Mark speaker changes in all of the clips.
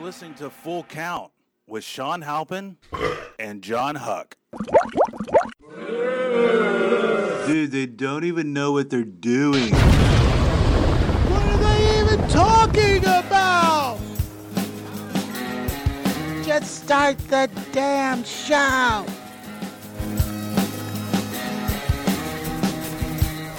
Speaker 1: listening to Full Count with Sean Halpin and John Huck. Dude, they don't even know what they're doing. What are they even talking about? Just start the damn show.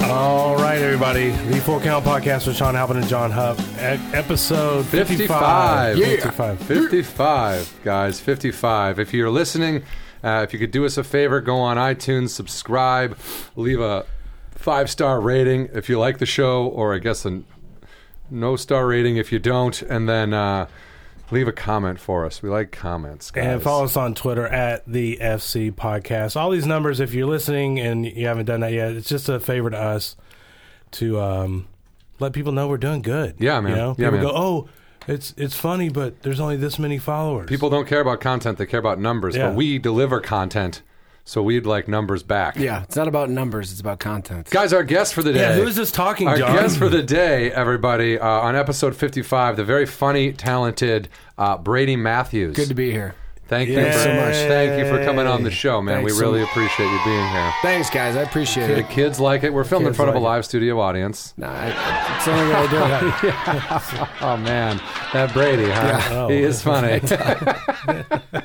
Speaker 2: All right, everybody. The Full Count Podcast with Sean Halpin and John Huff. E- episode 55.
Speaker 3: 55.
Speaker 2: 55.
Speaker 3: 55, guys. 55. If you're listening, uh, if you could do us a favor, go on iTunes, subscribe, leave a five star rating if you like the show, or I guess a no star rating if you don't, and then uh, leave a comment for us. We like comments, guys.
Speaker 2: And follow us on Twitter at the FC Podcast. All these numbers, if you're listening and you haven't done that yet, it's just a favor to us to um, let people know we're doing good.
Speaker 3: Yeah, man.
Speaker 2: You know?
Speaker 3: Yeah,
Speaker 2: people
Speaker 3: man.
Speaker 2: go, oh, it's it's funny, but there's only this many followers.
Speaker 3: People don't care about content, they care about numbers,
Speaker 2: Yeah.
Speaker 3: but we deliver content, so we'd like numbers back.
Speaker 4: Yeah, it's not about numbers; it's about content.
Speaker 3: Guys, our guest for the day.
Speaker 2: yeah, who is this talking,
Speaker 3: Our
Speaker 2: John?
Speaker 3: guest for the day, everybody, uh, on episode 55, the very funny, talented uh, Brady Matthews.
Speaker 4: Good to be here.
Speaker 3: Thank you
Speaker 2: Thanks
Speaker 3: for,
Speaker 2: so much.
Speaker 3: Thank you for coming on the show, man.
Speaker 4: Thanks
Speaker 3: we
Speaker 4: so
Speaker 3: really
Speaker 4: much.
Speaker 3: appreciate you being here.
Speaker 4: Thanks, guys. I appreciate
Speaker 3: The
Speaker 4: it.
Speaker 3: kids like it. We're filmed in
Speaker 4: Kids
Speaker 3: front of a
Speaker 4: like it.
Speaker 3: live studio audience.
Speaker 4: Nah, I, it's the only way I do it.
Speaker 3: Oh man, that Brady, huh?
Speaker 2: Yeah.
Speaker 4: Oh.
Speaker 3: He is funny.
Speaker 4: I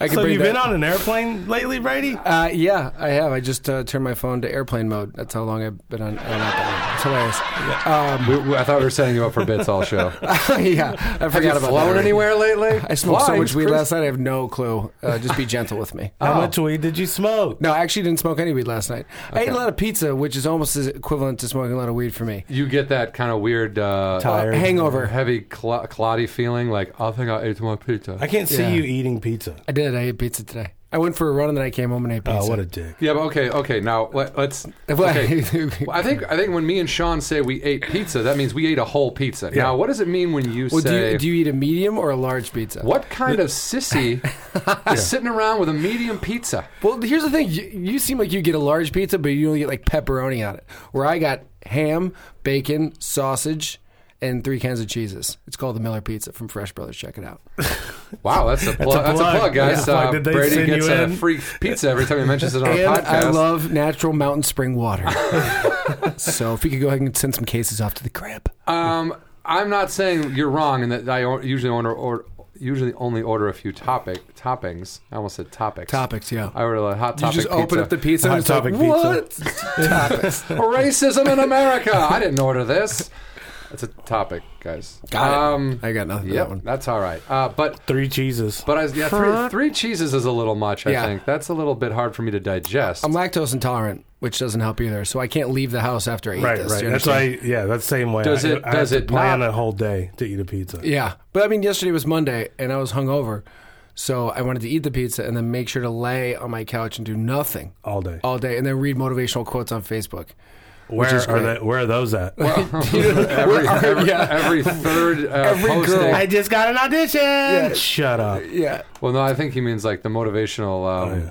Speaker 4: can
Speaker 2: so
Speaker 4: bring
Speaker 2: you've
Speaker 4: that-
Speaker 2: been on an airplane lately, Brady?
Speaker 4: Uh, yeah, I have. I just uh, turned my phone to airplane mode. That's how long I've been on. on airplane. It's hilarious.
Speaker 3: We- we- I thought we were setting you up for bits all show.
Speaker 4: yeah, I
Speaker 3: Have
Speaker 4: forgot
Speaker 3: you
Speaker 4: about
Speaker 3: flown
Speaker 4: that.
Speaker 3: anywhere lately?
Speaker 4: I smoked so much weed
Speaker 3: Chris.
Speaker 4: last night. I have no clue. Uh, just be gentle with me.
Speaker 3: Oh.
Speaker 2: How much weed did you smoke?
Speaker 4: No, I actually didn't smoke any weed last night. I ate a lot of pizza, which is almost as equivalent to smoking a lot of weed for me.
Speaker 3: You get that kind of weird, uh,
Speaker 2: Tired.
Speaker 4: Hangover.
Speaker 3: heavy, cl- cloddy feeling. Like I think I ate too much pizza.
Speaker 2: I can't see
Speaker 4: Yeah.
Speaker 2: you eating pizza.
Speaker 4: I did. I ate pizza today. I went for a run and then I came home and ate pizza.
Speaker 2: Oh, what a dick.
Speaker 3: Yeah, but okay, okay. Now let, let's. Okay. Well, I think I think when me and Sean say we ate pizza, that means we ate a whole pizza. Now, what does it mean when you
Speaker 4: Well, do
Speaker 3: say?
Speaker 4: you, do you eat a medium or a large pizza?
Speaker 3: what kind of sissy is sitting around with a medium pizza?
Speaker 4: Well, here's the thing. You, you seem like you get a large pizza, but you only get like pepperoni on it. Where I got ham, bacon, sausage, and three kinds of cheeses. It's called the Miller Pizza from Fresh Brothers. Check it out.
Speaker 3: Wow, that's a plug. That's a plug,
Speaker 2: plug.
Speaker 3: guys.
Speaker 2: That's a plug.
Speaker 3: Uh,
Speaker 2: Did they
Speaker 3: Brady
Speaker 2: send
Speaker 3: gets
Speaker 2: you
Speaker 3: a
Speaker 2: in?
Speaker 3: free pizza every time he mentions it on
Speaker 4: And
Speaker 3: a podcast.
Speaker 4: I love natural mountain spring water. so if you could go ahead and send some cases off to the crib.
Speaker 3: Um, I'm not saying you're wrong, and that I o- usually order or usually only order a few topic toppings. I almost said topics.
Speaker 4: Topics, yeah.
Speaker 3: I ordered a hot
Speaker 4: you
Speaker 3: topic.
Speaker 4: just open
Speaker 3: pizza.
Speaker 4: up the pizza
Speaker 2: Hot
Speaker 4: and it's like,
Speaker 2: topic
Speaker 4: what? topics.
Speaker 3: racism in America. I didn't order this. That's a topic, guys.
Speaker 4: Got it. I got nothing for
Speaker 3: Um, Yep,
Speaker 4: that one.
Speaker 3: that's all right. Uh, but
Speaker 2: Three cheeses.
Speaker 3: but I, yeah, three, three cheeses is a little much. I
Speaker 4: Yeah.
Speaker 3: think that's a little bit hard for me to digest.
Speaker 4: I'm lactose intolerant, which doesn't help either. So I can't leave the house after I eat
Speaker 2: Right,
Speaker 4: this.
Speaker 2: right.
Speaker 4: do you
Speaker 2: That's
Speaker 4: understand?
Speaker 2: why. Yeah, that's the same way.
Speaker 3: Does
Speaker 2: I,
Speaker 3: it-
Speaker 2: I
Speaker 3: does
Speaker 2: have
Speaker 3: it
Speaker 2: to plan
Speaker 3: not-
Speaker 2: a whole day to eat a pizza?
Speaker 4: Yeah, but I mean, yesterday was Monday, and I was hungover, so I wanted to eat the pizza and then make sure to lay on my couch and do nothing
Speaker 2: All day.
Speaker 4: all day, and then read motivational quotes on Facebook.
Speaker 2: where
Speaker 4: is
Speaker 2: are
Speaker 4: great.
Speaker 2: they, Where are those at?
Speaker 3: every, every, every third uh,
Speaker 4: Every girl-
Speaker 3: posting-
Speaker 4: I
Speaker 2: just got an audition. Shut up.
Speaker 4: Yeah,
Speaker 3: well, no, I think he means like the motivational, um,
Speaker 2: Oh, yeah.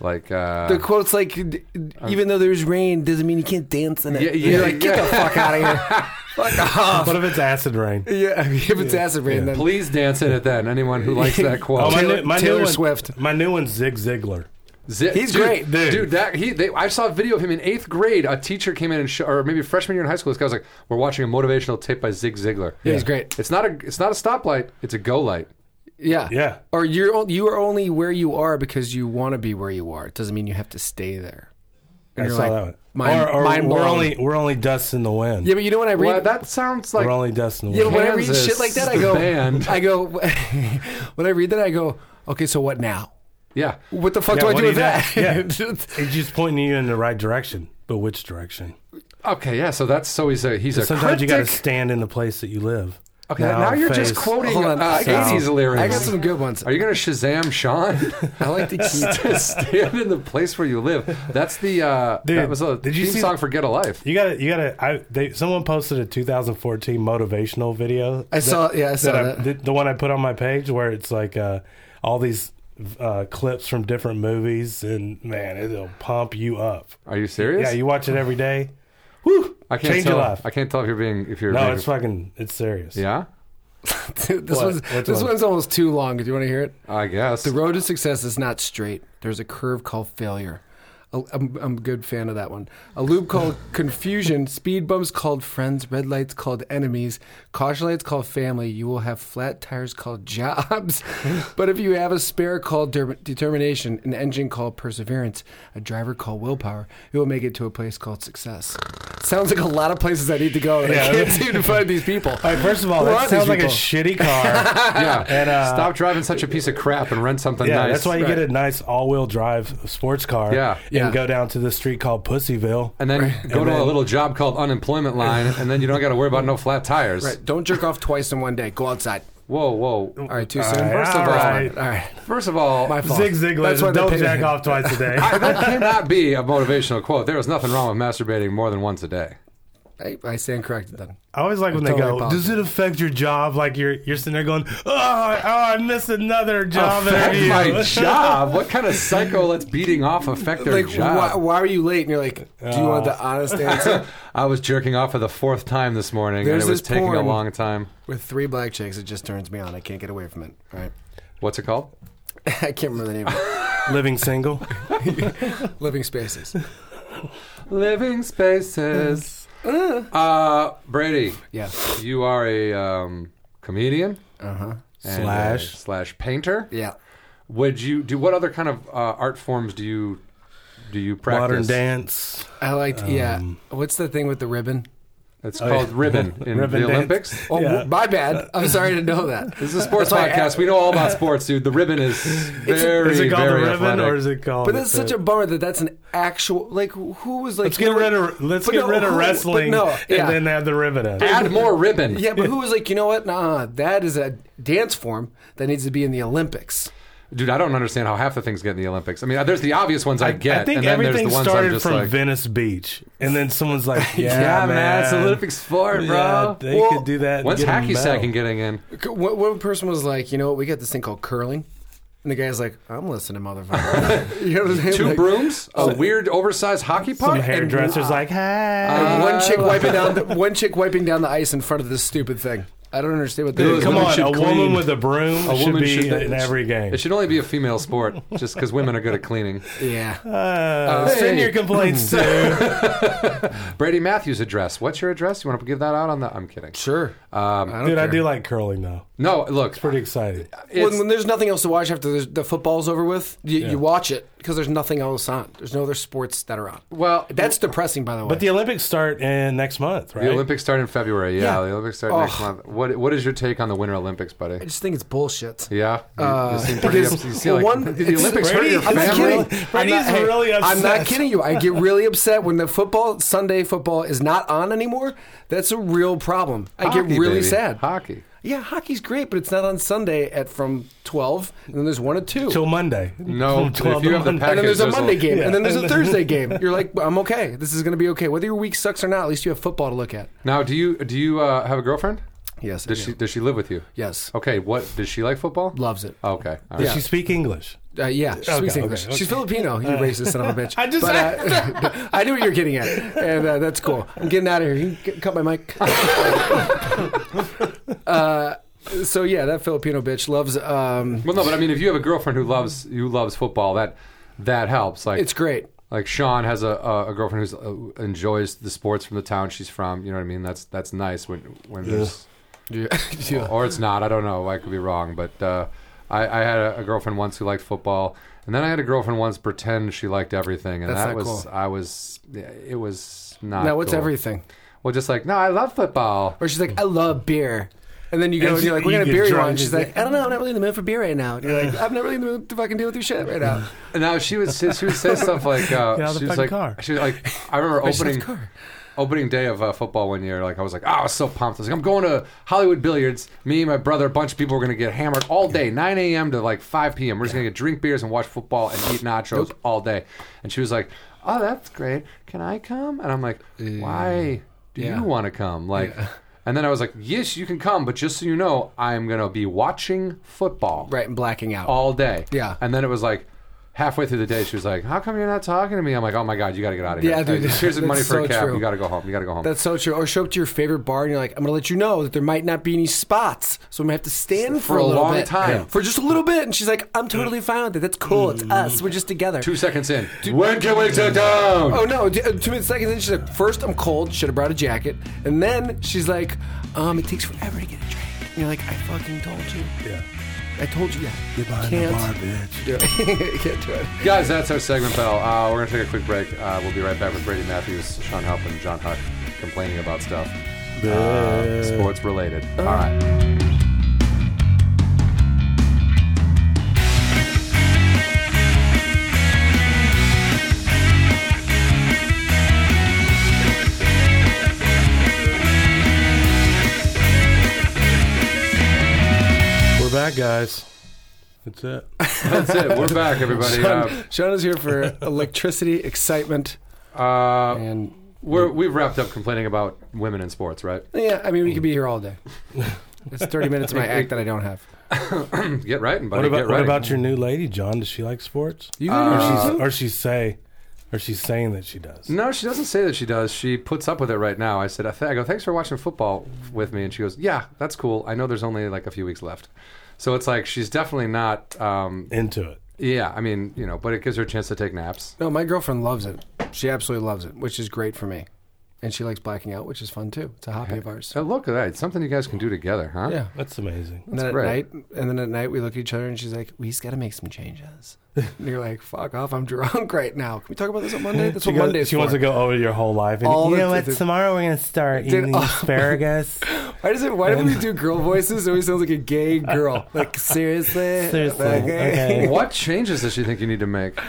Speaker 3: like uh,
Speaker 4: the quotes like, d- even though there's rain, doesn't mean you can't dance in it.
Speaker 3: Yeah, yeah,
Speaker 4: You're like, get
Speaker 3: yeah.
Speaker 4: the fuck out of here. fuck off.
Speaker 2: What if it's acid rain?
Speaker 4: Yeah, I mean, if it's acid rain, then
Speaker 3: Please dance in it then. Anyone who likes that quote.
Speaker 2: Oh, my
Speaker 4: Taylor-
Speaker 2: new, my
Speaker 4: Taylor
Speaker 2: new one,
Speaker 4: Swift.
Speaker 2: My new one's Zig Ziglar.
Speaker 3: Zi-
Speaker 4: He's
Speaker 3: dude,
Speaker 4: great,
Speaker 2: dude.
Speaker 3: dude. That he, they, I saw a video of him in eighth grade. A teacher came in and sh- or maybe freshman year in high school. This guy was like, "We're watching a motivational tape by Zig Ziglar."
Speaker 4: Yeah, he's great.
Speaker 3: It's not a, it's not a stoplight. It's a go light.
Speaker 4: yeah,
Speaker 2: Yeah.
Speaker 4: Or you're on- you are only where you are because you want to be where you are. It doesn't mean you have to stay there. And
Speaker 2: I
Speaker 4: you're
Speaker 2: saw
Speaker 4: like,
Speaker 2: that one.
Speaker 4: Mind,
Speaker 2: or or
Speaker 4: mind
Speaker 2: we're
Speaker 4: blown.
Speaker 2: only we're only dust in the wind.
Speaker 4: Yeah, but you know what I read?
Speaker 3: Well, that sounds like
Speaker 2: We're only dust in the
Speaker 4: Yeah,
Speaker 2: wind.
Speaker 4: but when I read
Speaker 3: Kansas,
Speaker 4: shit like that, I
Speaker 3: the
Speaker 4: go,
Speaker 3: band.
Speaker 4: I go, when I read that, I go, okay, so what now?
Speaker 3: yeah.
Speaker 4: What the fuck
Speaker 2: Yeah,
Speaker 4: do I
Speaker 2: what
Speaker 4: do
Speaker 2: do
Speaker 4: with
Speaker 2: you
Speaker 4: that?
Speaker 2: do? It's just pointing you in the right direction, but which direction?
Speaker 3: Okay, yeah. So that's so he's a he's a
Speaker 2: Sometimes you got to
Speaker 3: cryptic.
Speaker 2: stand in the place that you live.
Speaker 3: okay, now, you're just
Speaker 2: face-
Speaker 3: quoting
Speaker 4: Hold on,
Speaker 3: uh,
Speaker 4: I got
Speaker 3: 80s
Speaker 4: some-
Speaker 3: lyrics.
Speaker 4: I got some good ones.
Speaker 3: Are you gonna Shazam, Sean?
Speaker 4: I like to keep.
Speaker 3: Stand in the place where you live. That's the uh,
Speaker 2: Dude,
Speaker 3: that was a
Speaker 2: did you
Speaker 3: theme
Speaker 2: see-
Speaker 3: song for Get a Life.
Speaker 2: You gotta, you gotta. I they, someone posted a 2014 motivational video.
Speaker 4: I saw, yeah, I saw
Speaker 2: that I-
Speaker 4: that.
Speaker 2: the, the one I put on my page where it's like uh, all these uh, clips from different movies, and man, it'll pump you up.
Speaker 3: Are you serious?
Speaker 2: Yeah, you watch it every day.
Speaker 3: I can't
Speaker 2: change
Speaker 3: tell.
Speaker 2: your life.
Speaker 3: I can't tell if you're being if you're
Speaker 2: No,
Speaker 3: being
Speaker 2: it's fucking, it's serious.
Speaker 3: yeah.
Speaker 4: Dude, this
Speaker 2: What?
Speaker 4: one's,
Speaker 2: Which
Speaker 4: this
Speaker 2: one?
Speaker 4: one's almost too long. Do you want to hear it?
Speaker 3: I guess.
Speaker 4: The road to success is not straight. There's a curve called failure. A- I'm, I'm a good fan of that one. A loop called confusion, speed bumps called friends, red lights called enemies, caution lights called family. You will have flat tires called jobs. but if you have a spare called der- determination, an engine called perseverance, a driver called willpower, you will make it to a place called success. Sounds like a lot of places I need to go. and
Speaker 2: Yeah.
Speaker 4: I can't seem to find these people.
Speaker 2: All right, first of all,
Speaker 4: Who
Speaker 2: that
Speaker 4: are
Speaker 2: sounds
Speaker 4: these
Speaker 2: like a
Speaker 4: people?
Speaker 2: shitty car.
Speaker 3: yeah.
Speaker 2: And, uh,
Speaker 3: Stop driving such a piece of crap and rent something
Speaker 2: yeah,
Speaker 3: nice.
Speaker 2: that's why you
Speaker 4: Right.
Speaker 2: get a nice all-wheel drive sports car.
Speaker 3: Yeah.
Speaker 2: and
Speaker 4: Yeah.
Speaker 2: go down to the street called Pussyville.
Speaker 3: And then go
Speaker 2: And
Speaker 3: to a
Speaker 2: then-
Speaker 3: little job called unemployment line, and then you don't got to worry about no flat tires.
Speaker 4: Right, don't jerk off twice in one day. Go outside.
Speaker 3: Whoa, whoa.
Speaker 4: All right, too soon.
Speaker 2: right,
Speaker 4: First of
Speaker 2: all
Speaker 4: all,
Speaker 2: Uh, right.
Speaker 4: all right.
Speaker 3: First of all,
Speaker 4: My fault.
Speaker 2: Zig Ziglar,
Speaker 4: That's why
Speaker 2: just
Speaker 4: they
Speaker 2: don't
Speaker 4: paid
Speaker 2: jack
Speaker 4: him.
Speaker 2: off twice a day.
Speaker 3: that cannot be a motivational quote. There is nothing wrong with masturbating more than once a day.
Speaker 4: I, I stand corrected then.
Speaker 2: I always like when they
Speaker 4: totally
Speaker 2: go,
Speaker 4: apologize.
Speaker 2: "Does it affect your job?" Like you're you're sitting there going, "Oh, oh I missed another job
Speaker 3: affect
Speaker 2: interview."
Speaker 3: my job? What kind of psycho lets beating off affect their
Speaker 4: Like, why,
Speaker 3: job?
Speaker 4: why are you late? And you're like, do you want the honest answer?
Speaker 3: I was jerking off for the fourth time this morning,
Speaker 4: There's
Speaker 3: and it was
Speaker 4: this
Speaker 3: taking a
Speaker 4: porn.
Speaker 3: long time.
Speaker 4: With three black chicks, it just turns me on. I can't get away from it. All right.
Speaker 3: What's it called?
Speaker 4: I can't remember the name of it.
Speaker 2: Living single.
Speaker 4: Living Spaces.
Speaker 3: Living Spaces.
Speaker 4: Mm.
Speaker 3: uh, Brady,
Speaker 4: Yeah.
Speaker 3: you are a um, comedian
Speaker 4: Uh huh.
Speaker 3: and a
Speaker 2: Slash.
Speaker 3: slash painter.
Speaker 4: Yeah.
Speaker 3: Would you do what other kind of uh, art forms do you do you
Speaker 2: Modern
Speaker 3: practice?
Speaker 2: dance.
Speaker 4: I liked, yeah.
Speaker 2: Um,
Speaker 4: What's the thing with the ribbon?
Speaker 3: It's
Speaker 2: Oh, yeah.
Speaker 3: called ribbon in
Speaker 2: Ribbon
Speaker 3: the
Speaker 2: dance.
Speaker 3: Olympics.
Speaker 4: Oh,
Speaker 2: Yeah.
Speaker 4: wh- my bad. I'm sorry to know that.
Speaker 3: This is a sports
Speaker 4: That's why I-
Speaker 3: podcast. We know all about sports, dude. The ribbon is very,
Speaker 2: Is it called the
Speaker 3: very
Speaker 2: ribbon
Speaker 3: athletic.
Speaker 2: or is it called?
Speaker 4: But that's such a bummer that that's an actual, like, who was like.
Speaker 2: Let's get
Speaker 4: you know
Speaker 2: rid
Speaker 4: what?
Speaker 2: of let's
Speaker 4: But
Speaker 2: get
Speaker 4: no,
Speaker 2: rid of
Speaker 4: who- but
Speaker 2: wrestling
Speaker 4: no, yeah.
Speaker 2: and then have the ribbon in.
Speaker 3: Add more ribbon.
Speaker 4: Yeah, but who was like, you know what? Nah, that is a dance form that needs to be in the Olympics.
Speaker 3: Dude, I don't understand how half the things get in the Olympics. I mean, there's the obvious ones I, get,
Speaker 2: I think
Speaker 3: and then there's
Speaker 2: everything
Speaker 3: the ones I'm
Speaker 2: started
Speaker 3: just
Speaker 2: from
Speaker 3: like,
Speaker 2: Venice Beach, and then someone's like, "Yeah,
Speaker 3: yeah, man, it's
Speaker 2: man,
Speaker 3: Olympic sport, bro.
Speaker 2: Yeah, they
Speaker 4: Well,
Speaker 2: could do that. and
Speaker 3: When's
Speaker 2: get a
Speaker 3: hacky
Speaker 2: medal.
Speaker 3: sacking getting in?
Speaker 4: One, one person was like, you know what? We got this thing called curling. And the guy's like, I'm listening, motherfucker. you know what I'm saying?
Speaker 3: Two
Speaker 4: Like,
Speaker 3: brooms, a weird oversized hockey
Speaker 2: Some
Speaker 3: puck.
Speaker 2: hairdressers like, "Hey,
Speaker 4: and one chick
Speaker 3: Uh,
Speaker 4: wiping down the, one chick wiping down the ice in front of this stupid thing. I don't understand what that
Speaker 3: Dude,
Speaker 4: is.
Speaker 2: come
Speaker 3: women
Speaker 2: on,
Speaker 3: should
Speaker 2: a
Speaker 3: clean.
Speaker 2: woman with a broom
Speaker 3: A
Speaker 2: should
Speaker 3: woman
Speaker 2: be
Speaker 3: should-
Speaker 2: in every game."
Speaker 3: It should only be a female sport, just because women are good at cleaning.
Speaker 4: Yeah.
Speaker 2: Uh, send
Speaker 3: hey.
Speaker 2: your complaints to.
Speaker 3: Brady Matthews' address. What's your address? You want to give that out on the? I'm kidding.
Speaker 4: Sure.
Speaker 3: Um,
Speaker 4: don't
Speaker 2: Dude, I
Speaker 4: care.
Speaker 2: do like curling though.
Speaker 3: no, look,
Speaker 2: Pretty exciting.
Speaker 4: When,
Speaker 3: it's-
Speaker 4: when there's nothing else to watch after the, the football's over with, you, you watch it because there's nothing else on. There's no other sports that are on.
Speaker 3: well,
Speaker 4: That's depressing, by the way.
Speaker 2: But the Olympics start in next month, right?
Speaker 3: The Olympics start in February. Yeah,
Speaker 4: Yeah. Oh.
Speaker 3: the Olympics start next month. What What is your take on the Winter Olympics, buddy?
Speaker 4: I just think it's bullshit.
Speaker 3: Yeah, you, you seem pretty.
Speaker 4: because
Speaker 3: Up, you seem like,
Speaker 4: one-
Speaker 3: did the
Speaker 4: it's-
Speaker 3: Olympics hurt
Speaker 2: Brady-
Speaker 3: your
Speaker 4: I'm not
Speaker 3: family?
Speaker 4: kidding.
Speaker 2: Brady's
Speaker 4: I'm not, hey,
Speaker 2: really
Speaker 4: I'm not
Speaker 2: obsessed.
Speaker 4: kidding you. I get really upset when the football Sunday football is not on anymore. That's a real problem. I
Speaker 3: Hockey,
Speaker 4: get really
Speaker 3: baby.
Speaker 4: sad.
Speaker 3: Hockey.
Speaker 4: yeah, hockey's great, but it's not on Sunday at from twelve, and then there's one at two,
Speaker 2: till Monday.
Speaker 3: No,
Speaker 2: From
Speaker 3: if
Speaker 2: 12
Speaker 3: you
Speaker 2: to
Speaker 3: have the
Speaker 2: Monday.
Speaker 4: and then there's a
Speaker 3: There's a-
Speaker 4: Monday game,
Speaker 2: Yeah.
Speaker 4: and then there's a
Speaker 2: And
Speaker 4: Thursday game. You're like, I'm okay. This is going to be okay. Whether your week sucks or not, at least you have football to look at.
Speaker 3: Now, do you do you uh, have a girlfriend?
Speaker 4: Yes, I
Speaker 3: Does
Speaker 4: do.
Speaker 3: she Does she live with you?
Speaker 4: Yes,
Speaker 3: Okay. What does she like football?
Speaker 4: loves it.
Speaker 3: Okay. all right.
Speaker 2: Does she speak English?
Speaker 4: Uh, yeah, she speaks
Speaker 2: okay,
Speaker 4: English.
Speaker 2: okay.
Speaker 4: She's Filipino. You racist son of a bitch.
Speaker 2: I just-
Speaker 4: But, uh, I knew what you were getting at, and uh, that's cool. I'm getting out of here. You can c- cut my mic. uh, so yeah, that Filipino bitch loves. Um,
Speaker 3: Well, no, but I mean, if you have a girlfriend who loves who loves football, that that helps. Like
Speaker 4: it's great.
Speaker 3: like Sean has a, a, a girlfriend who's, uh, who enjoys the sports from the town she's from. You know what I mean? That's that's nice when when there's
Speaker 4: Yeah.
Speaker 3: or it's not. I don't know. I could be wrong, but uh, I, I had a, a girlfriend once who liked football, and then I had a girlfriend once pretend she liked everything, and
Speaker 4: That's
Speaker 3: that
Speaker 4: not
Speaker 3: was
Speaker 4: cool.
Speaker 3: I was it was not.
Speaker 4: Now what's
Speaker 3: Ah, cool.
Speaker 4: everything?
Speaker 3: Well, just like no, I love football.
Speaker 4: Or she's like, I love beer. And then you go,
Speaker 2: And
Speaker 4: and you're like,
Speaker 2: you-
Speaker 4: we're
Speaker 2: you
Speaker 4: going to
Speaker 2: get
Speaker 4: beer you
Speaker 2: drunk
Speaker 4: on. She's
Speaker 2: and-
Speaker 4: like, I don't know, I'm not really in the mood for beer right now. And you're like, I'm not really in the mood to fucking deal with your shit right now.
Speaker 3: And now she was she, she would say stuff like uh,
Speaker 2: Get out of the
Speaker 3: she was
Speaker 2: fucking
Speaker 3: like
Speaker 2: car.
Speaker 3: she was like I remember
Speaker 4: Where's
Speaker 3: opening
Speaker 4: that car?
Speaker 3: opening day of uh, football one year like I was like oh I was so pumped I was like I'm going to Hollywood Billiards me my brother a bunch of people were gonna get hammered all day 9 a.m. to like 5 p.m. We're just gonna get drink beers and watch football and eat nachos all day and she was like oh that's great can I come and I'm like why do
Speaker 4: yeah.
Speaker 3: you want to come like. And then I was like, "Yes, you can come, but just so you know, I am gonna be watching football
Speaker 4: Right, and blacking out.
Speaker 3: all day.
Speaker 4: Yeah.
Speaker 3: And then it was like, halfway through the day, she was like, "How come you're not talking to me?" I'm like, "Oh my god, you got to get out of here."
Speaker 4: Yeah, dude,
Speaker 3: Hey, Here's the
Speaker 4: that's
Speaker 3: money for
Speaker 4: so
Speaker 3: a cab.
Speaker 4: true.
Speaker 3: You got to go home. You got to go home.
Speaker 4: That's so true. Or show up to your favorite bar and you're like, I'm gonna let you know that there might not be any spots, so I'm gonna have to stand for,
Speaker 3: For a
Speaker 4: little
Speaker 3: long
Speaker 4: bit.
Speaker 3: time.
Speaker 4: Yeah. for just a little bit. And she's like, I'm totally fine with it. That's cool. It's us. We're just together.
Speaker 3: Two seconds in. when can we sit down?
Speaker 4: Oh no! d- uh, Two minutes seconds in, she's like, first I'm cold. Should have brought a jacket. And then she's like, um, it takes forever to get a drink. And you're like, I fucking told you.
Speaker 2: Yeah.
Speaker 4: I told you that.
Speaker 2: Get behind
Speaker 4: Can't.
Speaker 2: the bar, bitch.
Speaker 4: can't do it.
Speaker 3: Guys, that's our segment, pal. Uh, we're going to take a quick break. Uh, we'll be right back with Brady Matthews, Sean Huff, and John Huck complaining about stuff. Uh, sports related. All right.
Speaker 2: We're back, guys. That's it.
Speaker 3: That's it. We're back, everybody. Uh,
Speaker 4: Sean is Um, here for electricity, excitement,
Speaker 3: uh,
Speaker 4: and
Speaker 3: we're, we've wrapped up complaining about women in sports, right?
Speaker 4: yeah. I mean, we could be here all day. It's 30 minutes of my act that I don't have.
Speaker 3: Get writing, buddy.
Speaker 2: What about
Speaker 3: Get
Speaker 2: what
Speaker 3: writing.
Speaker 2: about your new lady, John? Does she like sports?
Speaker 4: You
Speaker 2: or, she's, or she say, or she's saying that she does.
Speaker 3: No, she doesn't say that she does. She puts up with it right now. I said, I, th- I go, thanks for watching football with me. And she goes, yeah, that's cool. I know there's only like a few weeks left. So it's like she's definitely not, um,
Speaker 2: Into it.
Speaker 3: yeah, I mean, you know, but it gives her a chance to take naps.
Speaker 4: No, my girlfriend loves it. She absolutely loves it, which is great for me. And she likes blacking out, which is fun too. It's a hobby of ours.
Speaker 2: Oh,
Speaker 3: So look at that. It's something you guys can do together, huh?
Speaker 4: Yeah.
Speaker 2: That's amazing.
Speaker 4: And then at
Speaker 3: great.
Speaker 4: night, and then at night, we look at each other, and she's like, "We just got to make some changes." and you're like, "Fuck off! I'm drunk right now. Can we talk about this on Monday? That's
Speaker 2: She,
Speaker 4: what
Speaker 2: goes-
Speaker 4: Monday is
Speaker 2: she
Speaker 4: for."
Speaker 2: wants to go over your whole life. And,
Speaker 4: All
Speaker 2: you
Speaker 4: the-
Speaker 2: know what?
Speaker 4: the-
Speaker 2: Tomorrow we're gonna start
Speaker 4: Dude,
Speaker 2: eating
Speaker 4: all-
Speaker 2: asparagus.
Speaker 4: Why does it? Why do we do girl voices? It always sounds like a gay girl. Like seriously,
Speaker 2: Seriously,
Speaker 4: Like,
Speaker 2: okay.
Speaker 3: What changes does she think you need to make?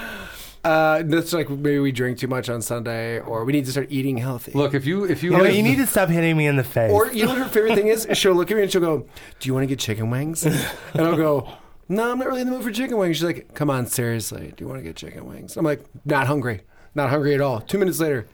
Speaker 4: Uh, that's like maybe we drink too much on Sunday, or we need to start eating healthy.
Speaker 3: Look, if you if you,
Speaker 2: You know,
Speaker 3: live-
Speaker 2: you need to stop hitting me in the face.
Speaker 4: Or you know what her favorite thing is? She'll look at me and she'll go, "Do you want to get chicken wings?" And I'll go, "No, I'm not really in the mood for chicken wings." She's like, "Come on, seriously, do you want to get chicken wings?" I'm like, "Not hungry, not hungry at all." Two minutes later,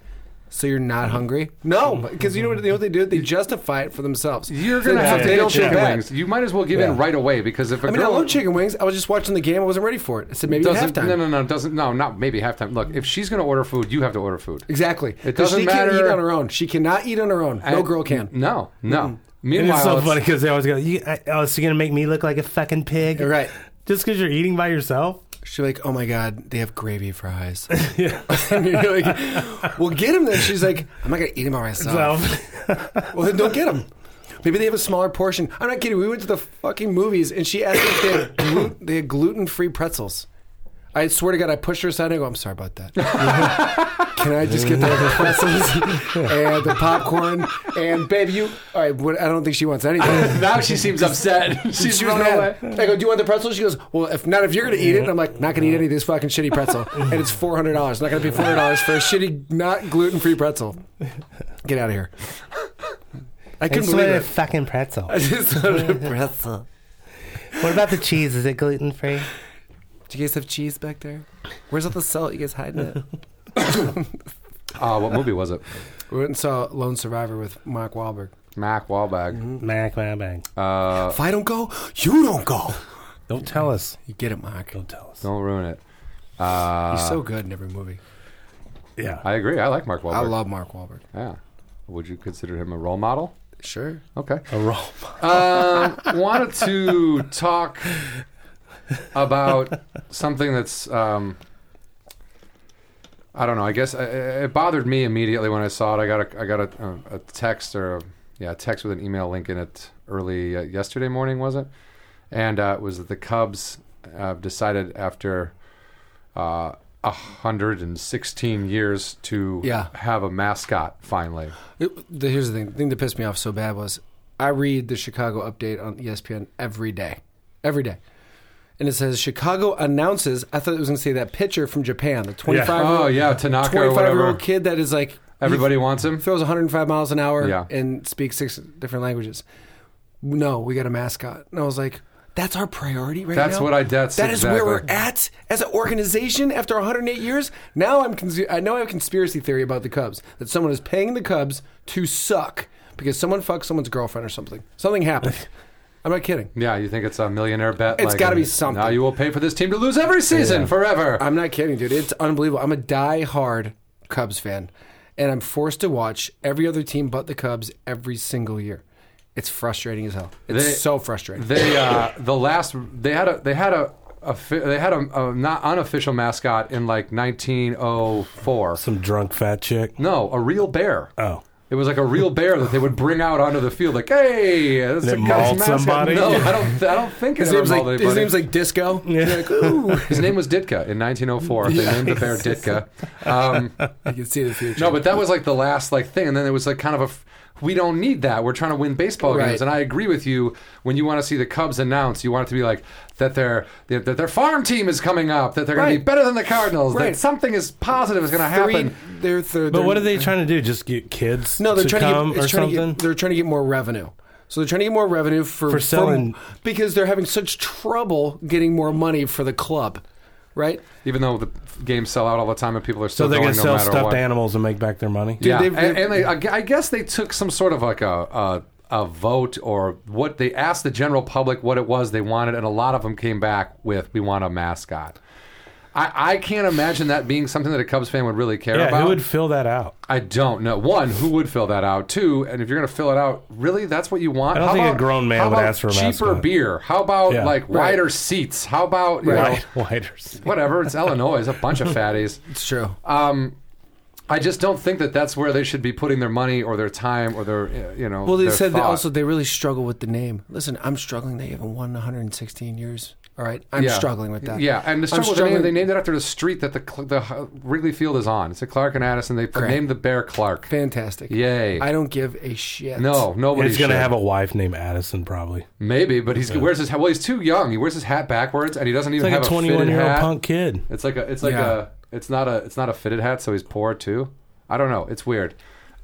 Speaker 4: so you're not hungry? No, because you know what? You know what they do? They justify it for themselves.
Speaker 3: you're
Speaker 4: So
Speaker 3: gonna
Speaker 4: they
Speaker 3: have to
Speaker 4: take
Speaker 3: deal
Speaker 4: it
Speaker 3: chicken
Speaker 4: back.
Speaker 3: wings. You might as well give
Speaker 2: Yeah.
Speaker 3: in right away because if a
Speaker 4: I mean, I
Speaker 3: girl
Speaker 4: love chicken wings. I was just watching the game. I wasn't ready for it. I said maybe at
Speaker 3: doesn't,
Speaker 4: halftime.
Speaker 3: no, no, no, doesn't, no, not maybe halftime. Look, if she's gonna order food, you have to order food.
Speaker 4: Exactly. 'Cause
Speaker 3: doesn't
Speaker 4: she
Speaker 3: matter.
Speaker 4: can't eat on her own. She cannot eat on her own. No
Speaker 3: And-
Speaker 4: girl can.
Speaker 3: No, no.
Speaker 2: And
Speaker 3: Meanwhile,
Speaker 2: it's so
Speaker 3: it's-
Speaker 2: funny because they always go, you, I, "Oh, so you're gonna make me look like a fucking pig?"
Speaker 4: You're right.
Speaker 2: Just because you're eating by yourself.
Speaker 4: She's like, "Oh my god, they have gravy fries."
Speaker 2: Yeah.
Speaker 4: And you're like, well, get him then. She's like, I'm not going to eat him by myself.
Speaker 2: So,
Speaker 4: Well, then don't get him. Maybe they have a smaller portion. I'm not kidding. We went to the fucking movies and she asked if they had, glu- they had gluten free pretzels. I swear to God, I pushed her aside and I go, I'm sorry about that. Can I just get the other pretzels and the popcorn? And, babe, you, all right, what, I don't think she wants anything.
Speaker 3: Now she seems upset. she's
Speaker 4: She was
Speaker 3: running away.
Speaker 4: mad. I go, do you want the pretzel? She goes, well, if not, if you're going to eat it, And I'm like, not going to eat any of this fucking shitty pretzel. And it's $400. I'm not going to pay $400 for a shitty, not gluten free pretzel. Get out of here. I couldn't
Speaker 2: it's
Speaker 4: believe
Speaker 2: a
Speaker 4: it.
Speaker 2: fucking pretzel.
Speaker 4: I just wanted a pretzel.
Speaker 2: What about the cheese? Is it gluten free?
Speaker 4: Do you guys have cheese back there? Where's all the salt? You guys hiding it?
Speaker 3: Uh, what movie was it?
Speaker 4: We went and saw Lone Survivor with Mark Wahlberg.
Speaker 3: Mac Wahlberg.
Speaker 2: Mac, mac, bang.
Speaker 3: Uh,
Speaker 4: If I don't go, you don't go.
Speaker 2: Don't tell us.
Speaker 4: You get it, Mark.
Speaker 2: Don't tell us.
Speaker 3: don't ruin it. Uh,
Speaker 4: He's so good in every movie.
Speaker 2: Yeah.
Speaker 3: I agree. I like Mark Wahlberg.
Speaker 4: I love Mark Wahlberg.
Speaker 3: yeah. Would you consider him a role model?
Speaker 4: Sure.
Speaker 3: Okay.
Speaker 2: A roll.
Speaker 3: Uh, wanted to talk about something that's um, I don't know. I guess uh, it bothered me immediately when I saw it. I got a I got a, a, a text or a, yeah, a text with an email link in it early uh, yesterday morning, was it? And uh, it was that the Cubs uh, decided after uh, 116 years to
Speaker 4: Yeah.
Speaker 3: have a mascot finally.
Speaker 4: It- the- here's the thing. The thing that pissed me off so bad was I read the Chicago update on E ESPN every day. Every day. And it says Chicago announces. I thought it was going to say that pitcher from Japan, the 25
Speaker 3: Oh yeah, Tanaka or
Speaker 4: 25 year
Speaker 3: whatever.
Speaker 4: old kid that is like
Speaker 3: Everybody wants him.
Speaker 4: throws 105 miles an hour
Speaker 3: Yeah.
Speaker 4: and speaks six different languages. No, we got a mascot. And I was like, that's our priority right now.
Speaker 3: That's what I- that's
Speaker 4: That is where we're
Speaker 3: exactly-
Speaker 4: at as an organization after 108 years. Now I'm cons- I know I have a conspiracy theory about the Cubs that someone is paying the Cubs to suck because someone fucked someone's girlfriend or something. Something happened. I'm not kidding.
Speaker 3: Yeah, you think it's a millionaire bet?
Speaker 4: It's
Speaker 3: like,
Speaker 4: gotta be something.
Speaker 3: Now you will pay for this team to lose every season forever.
Speaker 4: I'm not kidding, dude. It's unbelievable. I'm a die-hard Cubs fan, and I'm forced to watch every other team but the Cubs every single year. It's frustrating as hell. It's
Speaker 3: They-
Speaker 4: so frustrating.
Speaker 3: they uh, the last they had a they had a, a fi- they had a, a not unofficial mascot in like 1904.
Speaker 2: Some drunk fat chick.
Speaker 3: No, a real bear.
Speaker 2: Oh.
Speaker 3: It was like a real bear that they would bring out onto the field, like, "Hey, this is
Speaker 2: They
Speaker 3: a Cubs
Speaker 2: mauled
Speaker 3: mascot."
Speaker 2: somebody?
Speaker 3: No, I don't. I don't think
Speaker 4: His
Speaker 3: it ever
Speaker 4: name's like
Speaker 3: mauled
Speaker 4: his
Speaker 3: anybody.
Speaker 4: name's like Disco.
Speaker 2: Yeah.
Speaker 4: You're like, ooh,
Speaker 3: His name was Ditka in 1904. They named the bear Ditka. Um,
Speaker 4: I can see the future.
Speaker 3: no, but that was like the last like thing, and then it was like kind of a. f- We don't need that. We're trying to win baseball
Speaker 4: Right.
Speaker 3: games, and I agree with you. When you want to see the Cubs announced, you want it to be like that their that their farm team is coming up, that they're going to be
Speaker 4: Right.
Speaker 3: better than the Cardinals,
Speaker 4: Right.
Speaker 3: that something is positive is going to
Speaker 4: Three-
Speaker 3: happen.
Speaker 4: they're, they're,
Speaker 2: But
Speaker 4: they're-
Speaker 2: what are they trying to do? Just get kids
Speaker 4: No, they're
Speaker 2: to
Speaker 4: trying
Speaker 2: come
Speaker 4: to get,
Speaker 2: or
Speaker 4: it's trying to
Speaker 2: something?
Speaker 4: get. They're trying to get more revenue. So they're trying to get more revenue for,
Speaker 2: For selling-
Speaker 4: because they're having such trouble getting more money for the club, right?
Speaker 3: Even though the games sell out all the time and people are still
Speaker 2: so they're
Speaker 3: going
Speaker 2: going to sell
Speaker 3: no matter
Speaker 2: stuffed
Speaker 3: what.
Speaker 2: animals and make back their money?
Speaker 3: yeah,
Speaker 4: they've-
Speaker 3: and, and they, I gu- I guess they took some sort of like a. a a vote or what they asked the general public what it was they wanted, and a lot of them came back with "We want a mascot." I, I can't imagine that being something that a Cubs fan would really care
Speaker 2: Yeah,
Speaker 3: about.
Speaker 2: who would fill that out?
Speaker 3: I don't know. One, who would fill that out? Two, and if you're going to fill it out, really, that's what you want?
Speaker 2: I don't
Speaker 3: How
Speaker 2: think a
Speaker 3: about-
Speaker 2: grown man
Speaker 3: how
Speaker 2: would
Speaker 3: about
Speaker 2: ask for a
Speaker 3: cheaper
Speaker 2: mascot.
Speaker 3: beer. How about
Speaker 2: Yeah.
Speaker 3: like
Speaker 4: Right.
Speaker 3: wider seats? How about you
Speaker 4: Right.
Speaker 3: know,
Speaker 2: Whiters.
Speaker 3: whatever? It's Illinois, it's a bunch of fatties.
Speaker 4: It's true.
Speaker 3: Um, I just don't think that that's where they should be putting their money or their time or their uh, you know.
Speaker 4: Well, they
Speaker 3: their
Speaker 4: said that
Speaker 3: thought.
Speaker 4: also they really struggle with the name. Listen, I'm struggling. They haven't won 116 years. All right, I'm
Speaker 3: Yeah.
Speaker 4: struggling with that.
Speaker 3: Yeah, and the
Speaker 4: I'm
Speaker 3: struggle with the name,
Speaker 4: struggling-
Speaker 3: they named it after the street that the Cl- the uh, Wrigley Field is on. It's a Clark and Addison. They
Speaker 4: Correct.
Speaker 3: named the bear Clark.
Speaker 4: fantastic.
Speaker 3: Yay!
Speaker 4: I don't give a shit.
Speaker 3: no, nobody.
Speaker 2: He's going to
Speaker 3: should.
Speaker 2: have a wife named Addison, probably.
Speaker 3: Maybe, but he's wears his hat. Well, he's too young. He wears his hat backwards, and he doesn't
Speaker 2: It's
Speaker 3: even
Speaker 2: like a
Speaker 3: have a fitted
Speaker 2: 21 year old
Speaker 3: hat.
Speaker 2: punk kid.
Speaker 3: It's like a. It's like
Speaker 4: Yeah.
Speaker 3: a. It's not a. It's not a fitted hat, so he's poor too. I don't know. It's weird.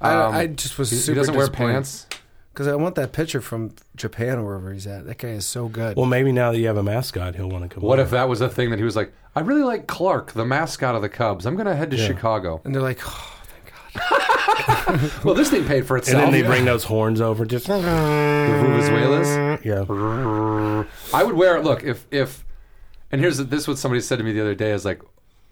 Speaker 4: I,
Speaker 3: Um,
Speaker 4: I just was
Speaker 3: he, he
Speaker 4: super
Speaker 3: doesn't wear pants.
Speaker 4: because I want that picture from Japan or wherever he's at. That guy is so good.
Speaker 2: Well, maybe now that you have a mascot, he'll want to come
Speaker 3: What
Speaker 2: over.
Speaker 3: if that was a thing that he was like? I really like Clark, the mascot of the Cubs. I'm gonna head to Chicago.
Speaker 4: and they're like, oh, thank God.
Speaker 3: Well, this thing paid for
Speaker 2: And
Speaker 3: itself.
Speaker 2: then they bring those horns over. Just
Speaker 3: the Vuvuzelas.
Speaker 2: yeah.
Speaker 3: I would wear it. Look, if if, and here's this what somebody said to me the other day is like,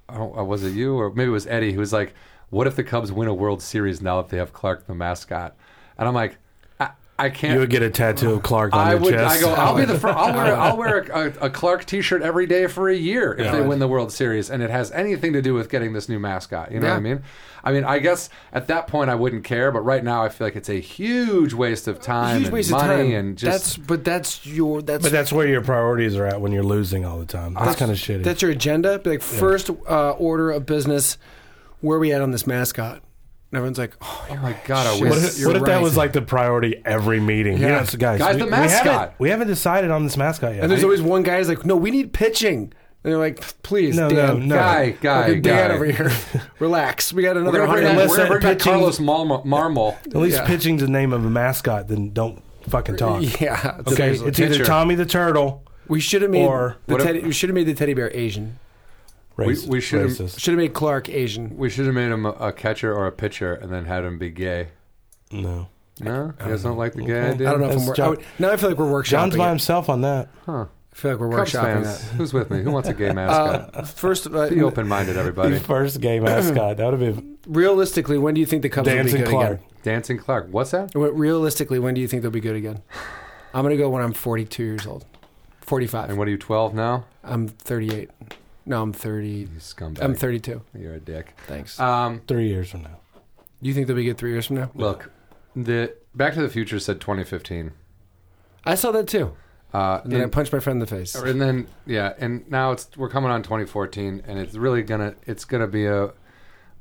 Speaker 3: oh, was it you or maybe it was Eddie who was like, what if the Cubs win a World Series now that they have Clark the mascot? And I'm like, I, I can't.
Speaker 2: You would get a tattoo of Clark on
Speaker 3: I
Speaker 2: your
Speaker 3: would.
Speaker 2: chest.
Speaker 3: I go. I'll be the. Fir- I'll wear. I'll wear a, a, a Clark T-shirt every day for a year if they win the World Series, and it has anything to do with getting this new mascot. You know what I
Speaker 4: Yeah.
Speaker 3: mean? I mean, I guess at that point I wouldn't care, but right now I feel like it's a huge waste of time,
Speaker 4: huge
Speaker 3: and
Speaker 4: waste
Speaker 3: money,
Speaker 4: of time.
Speaker 3: and just
Speaker 4: that's but that's your that's
Speaker 2: but that's where your priorities are at when you're losing all the time. That's kind of shitty.
Speaker 4: that's your agenda. Be Like first uh, order of business, where are we at on this mascot? And everyone's like, oh,
Speaker 3: oh my god, I
Speaker 4: Shit.
Speaker 3: wish.
Speaker 2: What if,
Speaker 4: You're
Speaker 2: what if that
Speaker 4: right.
Speaker 2: was like the priority every meeting? You
Speaker 4: Yeah.
Speaker 2: know, so guys,
Speaker 3: Guys,
Speaker 2: we,
Speaker 3: the
Speaker 2: we
Speaker 3: mascot.
Speaker 2: haven't, we haven't decided on this mascot yet.
Speaker 4: and there's always one guy who's like, no, we need pitching. And they're like, please,
Speaker 2: No,
Speaker 4: Dan,
Speaker 2: no, no.
Speaker 3: Guy, guy,
Speaker 4: fucking Dan
Speaker 3: guy.
Speaker 4: over here, relax. We got
Speaker 3: We're
Speaker 4: another
Speaker 3: gonna bring, that,
Speaker 4: 100
Speaker 3: we're
Speaker 2: Unless
Speaker 3: gonna
Speaker 2: that
Speaker 3: bring back
Speaker 2: pitching-
Speaker 3: Carlos Marmol. Marmol.
Speaker 2: At least
Speaker 4: Yeah.
Speaker 2: pitching's the name of a mascot, then don't fucking talk.
Speaker 4: Yeah.
Speaker 2: Okay,
Speaker 4: Okay.
Speaker 2: it's
Speaker 3: Pitcher.
Speaker 2: either Tommy the Turtle.
Speaker 4: We should have made
Speaker 2: Or-
Speaker 4: the
Speaker 3: What if-
Speaker 4: teddy, we should have made the teddy bear Asian.
Speaker 2: Racist,
Speaker 3: we should've-
Speaker 2: racist.
Speaker 4: Should have made Clark Asian.
Speaker 3: We should have made him a, a catcher or a pitcher, and then had him be gay.
Speaker 2: No,
Speaker 3: No, you guys don't like the gay idea.
Speaker 4: I don't know if
Speaker 2: That's
Speaker 4: I'm wor- I
Speaker 2: John-
Speaker 4: would, now I feel like we're workshopping.
Speaker 2: John's by
Speaker 4: it.
Speaker 2: himself on that.
Speaker 4: I feel like we're
Speaker 3: Cubs
Speaker 4: workshopping
Speaker 3: fans, who's with me? Who wants a gay mascot?
Speaker 4: that. First, uh,
Speaker 3: be open-minded, everybody.
Speaker 2: The first gay mascot. That would have been
Speaker 4: realistically, when do you think the Cubs will be
Speaker 2: Dancing
Speaker 4: good
Speaker 2: Clark.
Speaker 4: again?
Speaker 3: Dancing Clark. What's that?
Speaker 4: When- Realistically, when do you think they'll be good again? I'm gonna go when I'm 42 years old,
Speaker 3: And
Speaker 4: 45.
Speaker 3: what are you, 12 now?
Speaker 4: I'm 38. No, I'm 30.
Speaker 3: You scumbag.
Speaker 4: I'm 32.
Speaker 3: You're a dick.
Speaker 4: Thanks.
Speaker 3: Um,
Speaker 2: Three years from now.
Speaker 4: you think they'll be good three years from now?
Speaker 3: look, the Back to the Future said 2015.
Speaker 4: I saw that too, Oh,
Speaker 3: Uh,
Speaker 4: and then I
Speaker 3: in-
Speaker 4: punched my friend in the face.
Speaker 3: and then yeah, and now it's we're coming on 2014, and it's really gonna it's gonna be a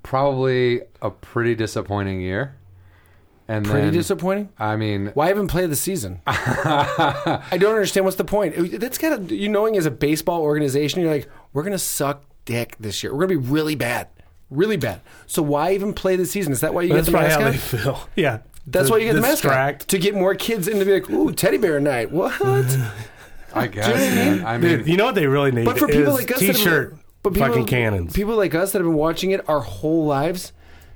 Speaker 3: probably a pretty disappointing year. And
Speaker 4: Pretty
Speaker 3: then,
Speaker 4: disappointing.
Speaker 3: I mean,
Speaker 4: Why even play the season? I don't understand. What's the point? It- That's kind of you knowing as a baseball organization, you're like, we're gonna suck dick this year. We're gonna be really bad, really bad. So why even play the season? Is that why you
Speaker 2: That's
Speaker 4: get the
Speaker 2: probably how
Speaker 4: mascot?
Speaker 2: they feel. Yeah,
Speaker 4: That's
Speaker 2: To
Speaker 4: why you get the
Speaker 2: distract.
Speaker 4: mascot to get more kids in to be like, ooh, teddy bear night. What?
Speaker 3: I guess. man. I mean,
Speaker 2: You know what they really need?
Speaker 4: but for people
Speaker 2: is
Speaker 4: like us, that have been-
Speaker 2: t-shirt,
Speaker 4: but people,
Speaker 2: fucking cannons.
Speaker 4: People like us that have been watching it our whole lives.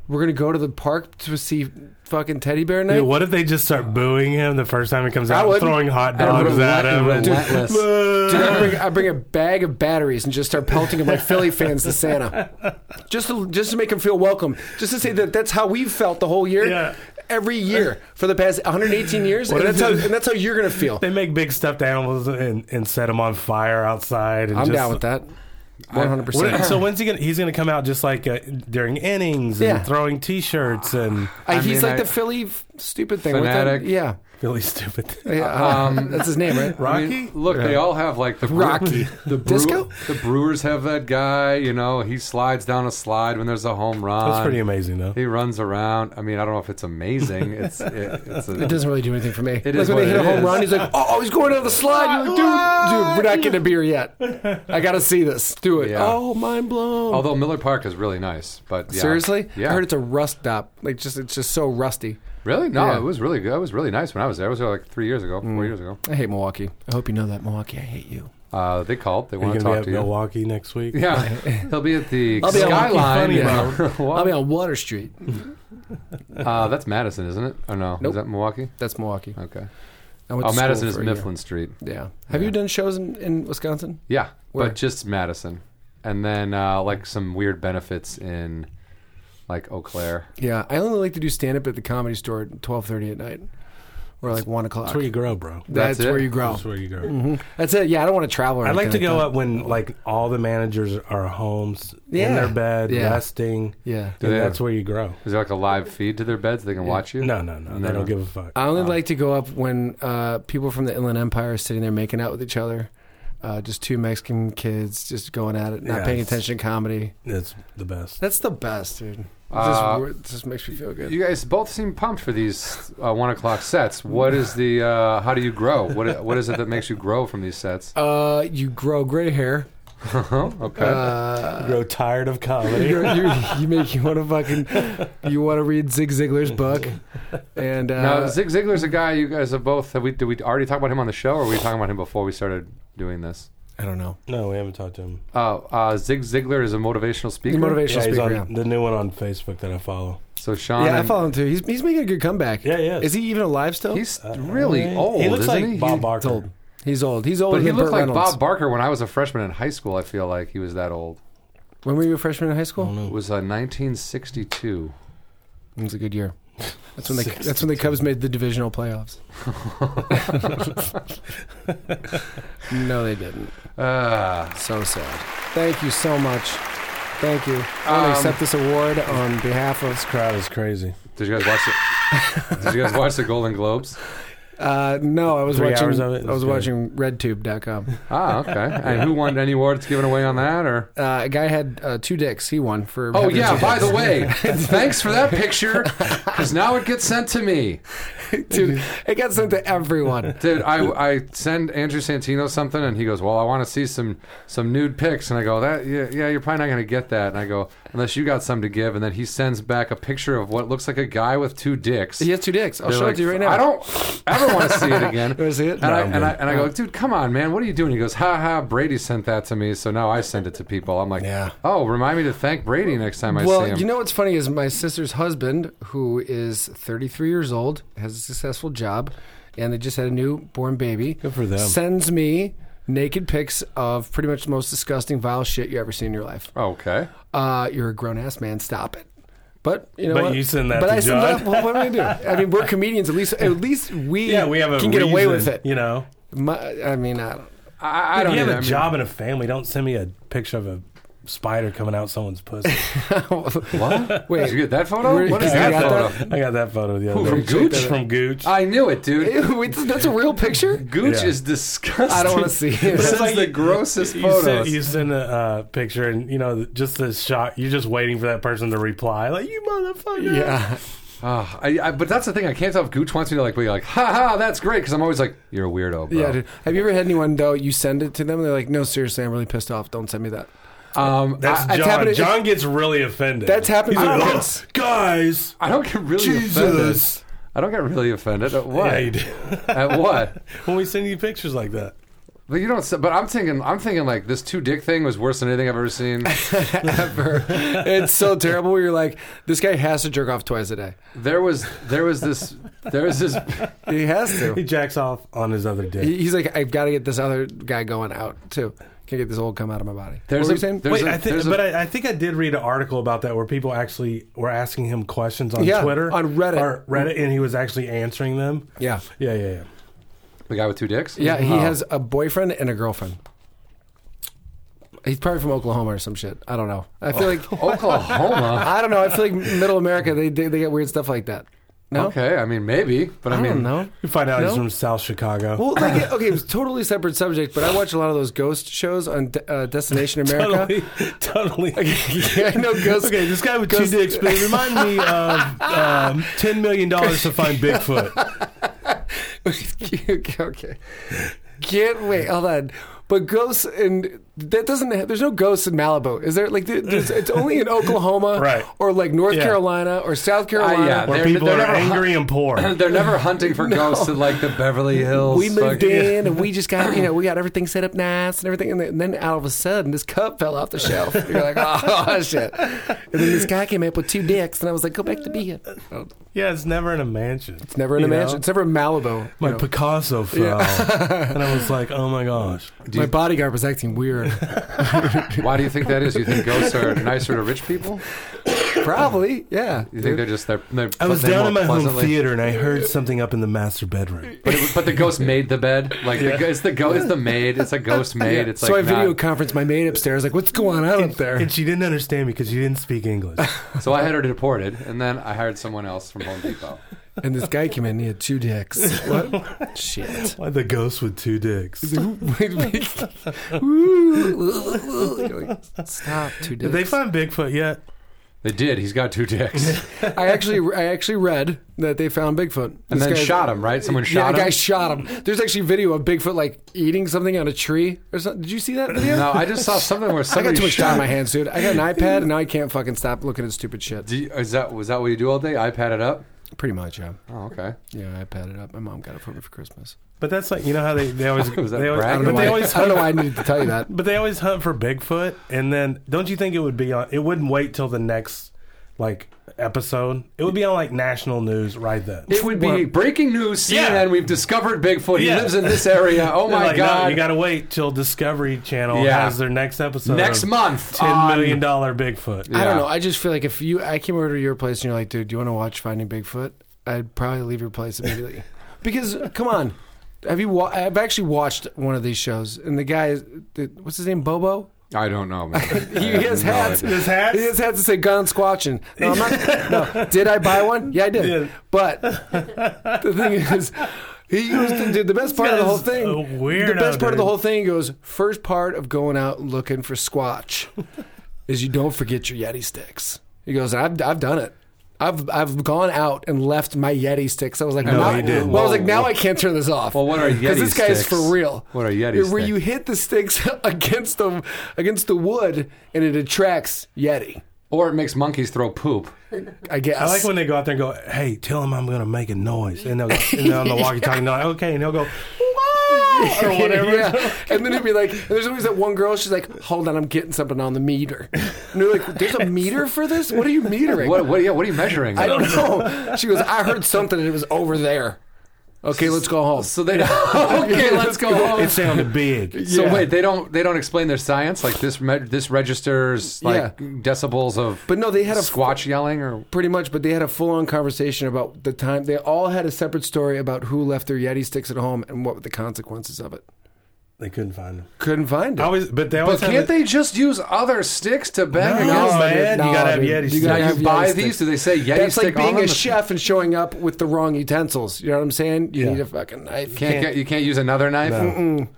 Speaker 4: We're gonna go to the park to see fucking teddy bear night.
Speaker 2: Dude, what if they just start booing him the first time he comes
Speaker 4: I
Speaker 2: out,
Speaker 4: wouldn't.
Speaker 2: throwing hot
Speaker 3: I
Speaker 2: dogs
Speaker 3: would've
Speaker 2: at him?
Speaker 3: let-
Speaker 2: and-
Speaker 3: relentless.
Speaker 4: Dude, I bring, I bring a bag of batteries and just start pelting them like Philly fans to Santa, just to just to make them feel welcome. Just to say that that's how we've felt the whole year,
Speaker 2: Yeah.
Speaker 4: every year for the past 118 years,
Speaker 2: What
Speaker 4: and
Speaker 2: if
Speaker 4: that's how
Speaker 2: they-
Speaker 4: and that's how you're gonna feel.
Speaker 2: They make big stuffed animals and, and set them on fire outside. And
Speaker 4: I'm
Speaker 2: just,
Speaker 4: down with that, 100.
Speaker 2: What-
Speaker 4: percent
Speaker 2: so when's he gonna? He's gonna come out just like uh, during innings and
Speaker 4: Yeah.
Speaker 2: throwing T-shirts and
Speaker 3: I
Speaker 4: I,
Speaker 3: mean,
Speaker 4: he's like
Speaker 3: I-
Speaker 4: the Philly f- stupid thing. with
Speaker 3: Fanatic. Um,
Speaker 4: the- yeah.
Speaker 2: really stupid.
Speaker 4: yeah. that's his name, right?
Speaker 3: I
Speaker 2: Rocky.
Speaker 3: mean, look, they all have like the Brew-
Speaker 4: Rocky.
Speaker 3: the Brew-
Speaker 4: Disco?
Speaker 3: The Brewers have that guy. You know, he slides down a slide when there's a home run.
Speaker 2: That's pretty amazing though.
Speaker 3: He runs around. I mean, I don't know if it's amazing. It's it, it's a,
Speaker 4: It doesn't really do anything for me. It like
Speaker 3: is
Speaker 4: when
Speaker 3: what
Speaker 4: they hit
Speaker 3: it
Speaker 4: a home
Speaker 3: is.
Speaker 4: run, he's like, "Oh, oh, he's going down
Speaker 2: Ah,
Speaker 4: the slide." You're like, dude, dude, we're not getting a beer yet. I gotta see this. Do it.
Speaker 3: Yeah.
Speaker 4: Oh, mind blown.
Speaker 3: Although Miller Park is really nice, but yeah.
Speaker 4: Seriously,
Speaker 3: yeah,
Speaker 4: I heard it's a rust stop. Like, just it's just so rusty.
Speaker 3: really no.
Speaker 4: yeah. Mm.
Speaker 3: It was really good. It was really nice when I was there. It was like three years ago, four years ago.
Speaker 4: I hate Milwaukee. I hope you know that Milwaukee. I hate you.
Speaker 3: Uh, they called. They
Speaker 2: Are
Speaker 3: want
Speaker 2: you
Speaker 3: to
Speaker 2: gonna be
Speaker 3: talk
Speaker 2: at
Speaker 3: to you.
Speaker 2: Milwaukee next week?
Speaker 3: Yeah, he'll be at the
Speaker 4: I'll be at Milwaukee
Speaker 3: skyline.
Speaker 2: Funny,
Speaker 3: yeah.
Speaker 4: I'll be on Water Street.
Speaker 3: uh, that's Madison, isn't it? Or no?
Speaker 4: Nope.
Speaker 3: Is that Milwaukee?
Speaker 4: That's Milwaukee.
Speaker 3: Okay.
Speaker 4: I went
Speaker 3: oh,
Speaker 4: to school
Speaker 3: Madison is
Speaker 4: for a year.
Speaker 3: Mifflin Street.
Speaker 4: Yeah. Have you done shows in, in Wisconsin?
Speaker 3: Yeah,
Speaker 4: Where?
Speaker 3: but just Madison, and then uh, like some weird benefits in like Eau Claire.
Speaker 4: Yeah. I only like to do stand up at the comedy store at twelve thirty at night, or like one o'clock.
Speaker 2: That's where you grow, bro.
Speaker 3: That's
Speaker 4: That's,
Speaker 3: it?
Speaker 4: where you grow.
Speaker 2: That's where you grow.
Speaker 4: That's it. Yeah, I don't want to travel. or
Speaker 2: I like to
Speaker 4: anything
Speaker 2: go
Speaker 4: that.
Speaker 2: up when like all the managers are home, s- in
Speaker 4: Yeah.
Speaker 2: their bed,
Speaker 4: Yeah.
Speaker 2: resting.
Speaker 4: Yeah.
Speaker 3: Do
Speaker 2: and
Speaker 3: they have-
Speaker 2: that's where you grow.
Speaker 3: Is there like a live feed to their beds? They can watch you.
Speaker 2: No, no, no. They
Speaker 3: No. Uh,
Speaker 2: don't give a fuck.
Speaker 4: I only like to go up when uh, people from the Inland Empire are sitting there making out with each other. Uh, just two Mexican kids just going at it, not
Speaker 2: Yeah,
Speaker 4: paying
Speaker 2: it's-
Speaker 4: attention to comedy.
Speaker 2: it's the best.
Speaker 4: That's the best, dude. It
Speaker 3: Uh,
Speaker 4: just, wor- it just makes me feel good.
Speaker 3: You guys both seem pumped for these uh, one o'clock sets. What is the? Uh, how do you grow? What what is it that makes you grow from these sets?
Speaker 4: uh, you grow gray hair.
Speaker 3: okay.
Speaker 4: Uh,
Speaker 2: grow tired of comedy.
Speaker 4: you, you, you make you want to fucking you want to read Zig Ziglar's book, and uh,
Speaker 3: now Zig Ziglar's a guy you guys have both. Have we did we already talk about him on the show, or were we talking about him before we started doing this?
Speaker 4: I don't know.
Speaker 2: no, we haven't talked to him.
Speaker 3: Uh, uh, Zig Ziglar is a motivational speaker.
Speaker 4: motivational
Speaker 2: Yeah, he's
Speaker 4: speaker.
Speaker 2: on
Speaker 4: yeah.
Speaker 2: the new one on Facebook that I follow.
Speaker 3: so Sean,
Speaker 4: yeah, I
Speaker 3: and-
Speaker 4: follow him too. He's he's making a good comeback.
Speaker 2: Yeah, yeah.
Speaker 4: Is Um, he even alive still?
Speaker 3: He's really
Speaker 2: Uh,
Speaker 3: old.
Speaker 2: He looks
Speaker 3: isn't
Speaker 2: like
Speaker 3: he?
Speaker 2: Bob
Speaker 3: He-
Speaker 2: Barker.
Speaker 4: He's old. He's old. He's older
Speaker 3: But he
Speaker 4: than
Speaker 3: looked
Speaker 4: Burt
Speaker 3: like
Speaker 4: Reynolds.
Speaker 3: Bob Barker when I was a freshman in high school. I feel like he was that old.
Speaker 4: When were you a freshman in high school?
Speaker 3: It was uh, 1962.
Speaker 4: It was a good year. That's when they that's when the Cubs made the divisional playoffs. no, they didn't.
Speaker 3: Uh,
Speaker 4: So sad. Thank you so much. Thank you. I want
Speaker 3: Um,
Speaker 4: to accept this award on behalf of.
Speaker 2: This crowd is crazy.
Speaker 3: did you guys watch it? did you guys watch the Golden Globes?
Speaker 4: Uh, no, I was
Speaker 2: Three
Speaker 4: watching.
Speaker 2: hours of it?
Speaker 4: I
Speaker 2: That's
Speaker 4: was
Speaker 2: good.
Speaker 4: watching RedTube.com.
Speaker 3: Ah, okay. And who won any awards given away on that? Or
Speaker 4: Uh, a guy had uh, two dicks. He won for.
Speaker 3: oh
Speaker 4: having
Speaker 3: yeah.
Speaker 4: two
Speaker 3: By
Speaker 4: dicks.
Speaker 3: the way, thanks for that picture because now it gets sent to me,
Speaker 4: dude, it got sent to everyone.
Speaker 3: dude. I, I send Andrew Santino something and he goes, well, I want to see some some nude pics, and I go, that yeah, yeah you're probably not gonna get that, and I go unless you got some to give, and then he sends back a picture of what looks like a guy with two dicks.
Speaker 4: He has two dicks. I'll
Speaker 3: They're
Speaker 4: show
Speaker 3: like,
Speaker 4: it to you right now.
Speaker 3: I don't ever want to see it again.
Speaker 4: You wanna see it?
Speaker 3: And,
Speaker 4: No,
Speaker 3: I,
Speaker 4: I'm
Speaker 3: and, I, and I go, dude, come on, man. What are you doing? He goes, ha ha, Brady sent that to me, so now I send it to people. I'm like,
Speaker 4: Yeah.
Speaker 3: oh, remind me to thank Brady next time I see
Speaker 4: Well,
Speaker 3: him.
Speaker 4: you know what's funny is my sister's husband, who is 33 years old, has a successful job, and they just had a newborn baby.
Speaker 2: Good for them.
Speaker 4: Sends me naked pics of pretty much the most disgusting, vile shit you ever seen in your life.
Speaker 3: Oh, okay.
Speaker 4: Uh, you're a grown ass man. Stop it. But you know,
Speaker 2: But
Speaker 4: what?
Speaker 2: you send that
Speaker 4: But
Speaker 2: to
Speaker 4: I send
Speaker 2: John.
Speaker 4: that. Well, what do I do? I mean, we're comedians. At least, at least we,
Speaker 2: Yeah, we have a
Speaker 4: can get away with
Speaker 2: reason,
Speaker 4: it.
Speaker 2: You know,
Speaker 4: My, I mean, I don't.
Speaker 3: I, I
Speaker 2: if
Speaker 3: don't
Speaker 2: you have
Speaker 3: even-
Speaker 2: a
Speaker 3: I mean,
Speaker 2: job and a family, don't send me a picture of a spider coming out someo's pussy.
Speaker 3: What?
Speaker 4: Wait.
Speaker 3: Did you get that photo?
Speaker 4: Where-
Speaker 3: what is
Speaker 4: you
Speaker 3: that
Speaker 4: got
Speaker 3: photo?
Speaker 4: that?
Speaker 2: I got that photo the other
Speaker 3: Who, from
Speaker 2: day.
Speaker 3: Gooch?
Speaker 2: From Gooch.
Speaker 3: I knew it, dude.
Speaker 4: Ew, it's- that's a real picture.
Speaker 3: Gooch
Speaker 2: Yeah.
Speaker 3: is disgusting.
Speaker 4: I don't want to see it.
Speaker 3: This is
Speaker 2: like
Speaker 3: the
Speaker 2: you-
Speaker 3: grossest
Speaker 2: you
Speaker 3: photos.
Speaker 2: Send, you send a uh, picture, and you know, just the shot. You're just waiting for that person to reply, like you motherfucker.
Speaker 4: Yeah.
Speaker 3: Ah, I, I, but that's the thing. I can't tell if Gooch wants me to like be like, ha ha, that's great, because I'm always like, you're a weirdo, bro.
Speaker 4: Yeah, dude. Have you ever had anyone though? You send it to them, and they're like, "No, seriously, I'm really pissed off. Don't send me that."
Speaker 3: Um,
Speaker 2: That's
Speaker 4: I- it's
Speaker 2: John.
Speaker 4: happened-
Speaker 2: John gets really offended.
Speaker 4: That's happened
Speaker 2: He's
Speaker 4: to
Speaker 2: like,
Speaker 4: me
Speaker 2: "Oh,
Speaker 4: once."
Speaker 2: guys.
Speaker 3: I don't get really
Speaker 2: Jesus.
Speaker 3: offended. I don't get really offended at what?
Speaker 2: Yeah, you do.
Speaker 3: at what?
Speaker 2: when we send you pictures like that.
Speaker 3: But you don't. s- But I'm thinking. I'm thinking like this two dick thing was worse than anything I've ever seen.
Speaker 4: it's so terrible. Where you're like, this guy has to jerk off twice a day.
Speaker 3: there was. There was this. There was this.
Speaker 4: He has
Speaker 2: He
Speaker 4: to.
Speaker 2: jacks off on his other dick.
Speaker 4: He- He's like, I've got to get this other guy going out too. Can't get this old cum out of my body.
Speaker 3: There's
Speaker 4: what were
Speaker 3: a-
Speaker 4: you saying?
Speaker 3: there's
Speaker 2: Wait,
Speaker 3: a-
Speaker 2: I think,
Speaker 3: a-
Speaker 2: but I, I think I did read an article about that where people actually were asking him questions on
Speaker 4: Yeah,
Speaker 2: Twitter,
Speaker 4: on Reddit.
Speaker 2: or Reddit, and he was actually answering them.
Speaker 4: yeah,
Speaker 2: Yeah, yeah, yeah.
Speaker 3: The guy with two dicks.
Speaker 4: yeah. He has a boyfriend and a girlfriend. He's probably from Oklahoma or some shit. I don't know. I feel like
Speaker 3: Oklahoma.
Speaker 4: I don't know. I feel like Middle America. They they, they get weird stuff like that. No,
Speaker 3: Okay. I mean, maybe. But I,
Speaker 4: I
Speaker 3: mean,
Speaker 4: don't know.
Speaker 2: You find out he's
Speaker 4: No?
Speaker 2: from South Chicago.
Speaker 4: Well, like, it- okay, it was totally separate subject, but I watch a lot of those ghost shows on De- uh, Destination America.
Speaker 2: totally, totally.
Speaker 4: yeah, I know ghosts.
Speaker 2: Okay, this guy with two
Speaker 4: Goes-
Speaker 2: dicks, but it reminded me of um, ten million dollars to find Bigfoot.
Speaker 4: okay, can't wait. Hold on, but ghosts and that doesn't. Have, there's no ghosts in Malibu, is there? Like, there- there's, it's only in Oklahoma,
Speaker 2: Right.
Speaker 4: or like North
Speaker 2: Yeah.
Speaker 4: Carolina or South Carolina.
Speaker 3: yeah,
Speaker 2: Where
Speaker 3: They're-
Speaker 2: people
Speaker 3: they're
Speaker 2: are
Speaker 3: never-
Speaker 2: angry and poor.
Speaker 3: They're never hunting for ghosts in like the Beverly Hills.
Speaker 4: we moved
Speaker 3: fucking-
Speaker 4: in and we just got you know we got everything set up nice and everything and then, and then out of a sudden this cup fell off the shelf you're like oh shit and then this guy came up with two dicks and i was like go back to being it's
Speaker 2: Yeah, it's never in a mansion. It's
Speaker 4: never in a
Speaker 2: You know?
Speaker 4: mansion it's never in malibu
Speaker 2: My
Speaker 4: you know.
Speaker 2: Picasso fell, and I was like, "Oh my gosh!"
Speaker 4: my bodyguard was acting weird
Speaker 3: Why do you think that is? You think ghosts are nicer to rich people?
Speaker 4: probably yeah
Speaker 3: You think they're just they're. they're
Speaker 2: I was
Speaker 3: they're
Speaker 2: down
Speaker 3: more
Speaker 2: in my home
Speaker 3: pleasantly-
Speaker 2: theater, and I heard something up in the master bedroom.
Speaker 3: But, it, but the ghost made the bed. Like the the, it's the ghost. It's the maid. It's a ghost maid. It's
Speaker 4: so
Speaker 3: like
Speaker 4: I video
Speaker 3: not-
Speaker 4: conference my maid upstairs like what's going on up there
Speaker 2: And she didn't understand me because she didn't speak English.
Speaker 3: So I had her deported, and then I hired someone else from Home Depot.
Speaker 4: and this guy came in and he had two dicks what shit
Speaker 2: Why the ghost with two dicks?
Speaker 4: Ooh. Stop, two
Speaker 2: Did
Speaker 4: dicks.
Speaker 2: they find Bigfoot yet?
Speaker 3: They did. He's got two dicks,
Speaker 4: I actually, I actually read that they found Bigfoot
Speaker 3: and then shot him. Right? Someone
Speaker 4: Yeah, a
Speaker 3: shot
Speaker 4: guy
Speaker 3: him.
Speaker 4: shot him. There's actually a video of Bigfoot like eating something on a tree or something. Did you see that video?
Speaker 3: no, I just saw something where
Speaker 4: I
Speaker 3: somebody
Speaker 4: got too much time
Speaker 3: shot
Speaker 4: on my hands, dude. I got an iPad and now I can't fucking stop looking at stupid shit.
Speaker 3: Do you, is that was that what you do all day? iPad it up.
Speaker 4: Pretty much, yeah.
Speaker 3: Oh, okay.
Speaker 4: Yeah, I iPad it up. My mom got it for me for Christmas.
Speaker 2: But that's like you know how they, they always
Speaker 3: Was that
Speaker 2: they always,
Speaker 3: brag?
Speaker 4: I don't, know
Speaker 2: but
Speaker 4: why,
Speaker 2: they always
Speaker 4: I don't
Speaker 2: hunt,
Speaker 4: know why I needed to tell you that.
Speaker 2: but they always hunt for Bigfoot, and then don't you think it would be on? It wouldn't wait till the next like episode. It would be on like national news right then.
Speaker 3: It would be breaking news. CNN.
Speaker 2: Yeah.
Speaker 3: We've discovered Bigfoot. He
Speaker 2: Yeah.
Speaker 3: lives in this area. Oh
Speaker 2: They're
Speaker 3: my
Speaker 2: like, no,
Speaker 3: god!
Speaker 2: you gotta wait till Discovery Channel
Speaker 3: Yeah.
Speaker 2: has their next episode.
Speaker 3: Next
Speaker 2: of
Speaker 3: month.
Speaker 2: ten
Speaker 3: on-
Speaker 2: million dollar Bigfoot.
Speaker 4: I don't
Speaker 3: Yeah.
Speaker 4: know. I just feel like if you, I came over to your place and you're like, dude, do you want to watch Finding Bigfoot? I'd probably leave your place immediately. because, come on. Have you? Wa- I've actually watched one of these shows, and the guy, is- the- what's his name, Bobo?
Speaker 3: I don't know. Man.
Speaker 4: He has hats.
Speaker 2: His hats?
Speaker 4: He has hats that say "gone squatching." No, I'm not. no, did I buy one? Yeah, I did.
Speaker 2: Yeah.
Speaker 4: But the thing is, he goes to do the best part of the
Speaker 2: guy
Speaker 4: whole
Speaker 2: is
Speaker 4: thing.
Speaker 2: a
Speaker 4: the
Speaker 2: weirdo,
Speaker 4: best part of the
Speaker 2: dude.
Speaker 4: whole thing goes first part of going out looking for squatch is you don't forget your Yeti sticks. He goes, I've I've done it. I've I've gone out and left my Yeti sticks. I was like,
Speaker 2: No,
Speaker 4: now-
Speaker 2: he didn't.
Speaker 4: Well, I was like, now
Speaker 3: Whoa.
Speaker 4: I can't turn this off.
Speaker 3: Well, what are
Speaker 4: Because this
Speaker 3: Yeti
Speaker 4: guy's
Speaker 3: sticks?
Speaker 4: for real.
Speaker 3: What are Yeti
Speaker 4: Where
Speaker 3: sticks?
Speaker 4: you hit the sticks against the against the wood and it attracts Yeti.
Speaker 3: Or it makes monkeys throw poop.
Speaker 4: I guess.
Speaker 2: I like when they go out there and go, "Hey, tell him I'm gonna make a noise," and they'll go, and they're on the walkie-talkie, and they're like, "Okay," and he'll go, "Whoa," or whatever.
Speaker 4: yeah. And then it'd be like, and there's always that one girl. She's like, "Hold on, I'm getting something on the meter." And they're like, "There's a meter for this? What are you metering?"
Speaker 3: What? What? Yeah. What are you measuring?
Speaker 4: I don't know. She goes, "I heard something, and it was over there." Okay, let's go home.
Speaker 3: So they. okay, let's go home.
Speaker 2: It sounded big.
Speaker 3: So
Speaker 4: Yeah.
Speaker 3: wait, they don't they don't explain their science like this. Me- this registers like
Speaker 4: Yeah.
Speaker 3: decibels of
Speaker 4: But no, they had a
Speaker 3: squatch yelling or
Speaker 4: pretty much, but they had a full-on conversation about the time. They all had a separate story about who left their Yeti sticks at home and what were the consequences of it.
Speaker 2: They couldn't find him.
Speaker 4: Couldn't find it.
Speaker 2: I always, but they
Speaker 3: But
Speaker 2: always. have
Speaker 3: can't
Speaker 2: the-
Speaker 3: they just use other sticks to bang
Speaker 2: No,
Speaker 3: against?
Speaker 2: man,
Speaker 4: dude.
Speaker 2: you gotta have Yeti
Speaker 4: You
Speaker 2: sticks.
Speaker 4: gotta
Speaker 3: Now
Speaker 4: have
Speaker 3: you
Speaker 4: Yeti
Speaker 3: buy
Speaker 4: sticks.
Speaker 3: these? Do they say Yeti
Speaker 4: That's
Speaker 3: stick
Speaker 4: like being
Speaker 3: on
Speaker 4: a
Speaker 3: them?
Speaker 4: chef and showing up with the wrong utensils. You know what I'm saying? You
Speaker 2: Yeah.
Speaker 4: need a fucking knife.
Speaker 3: Can't get, you can't use another knife.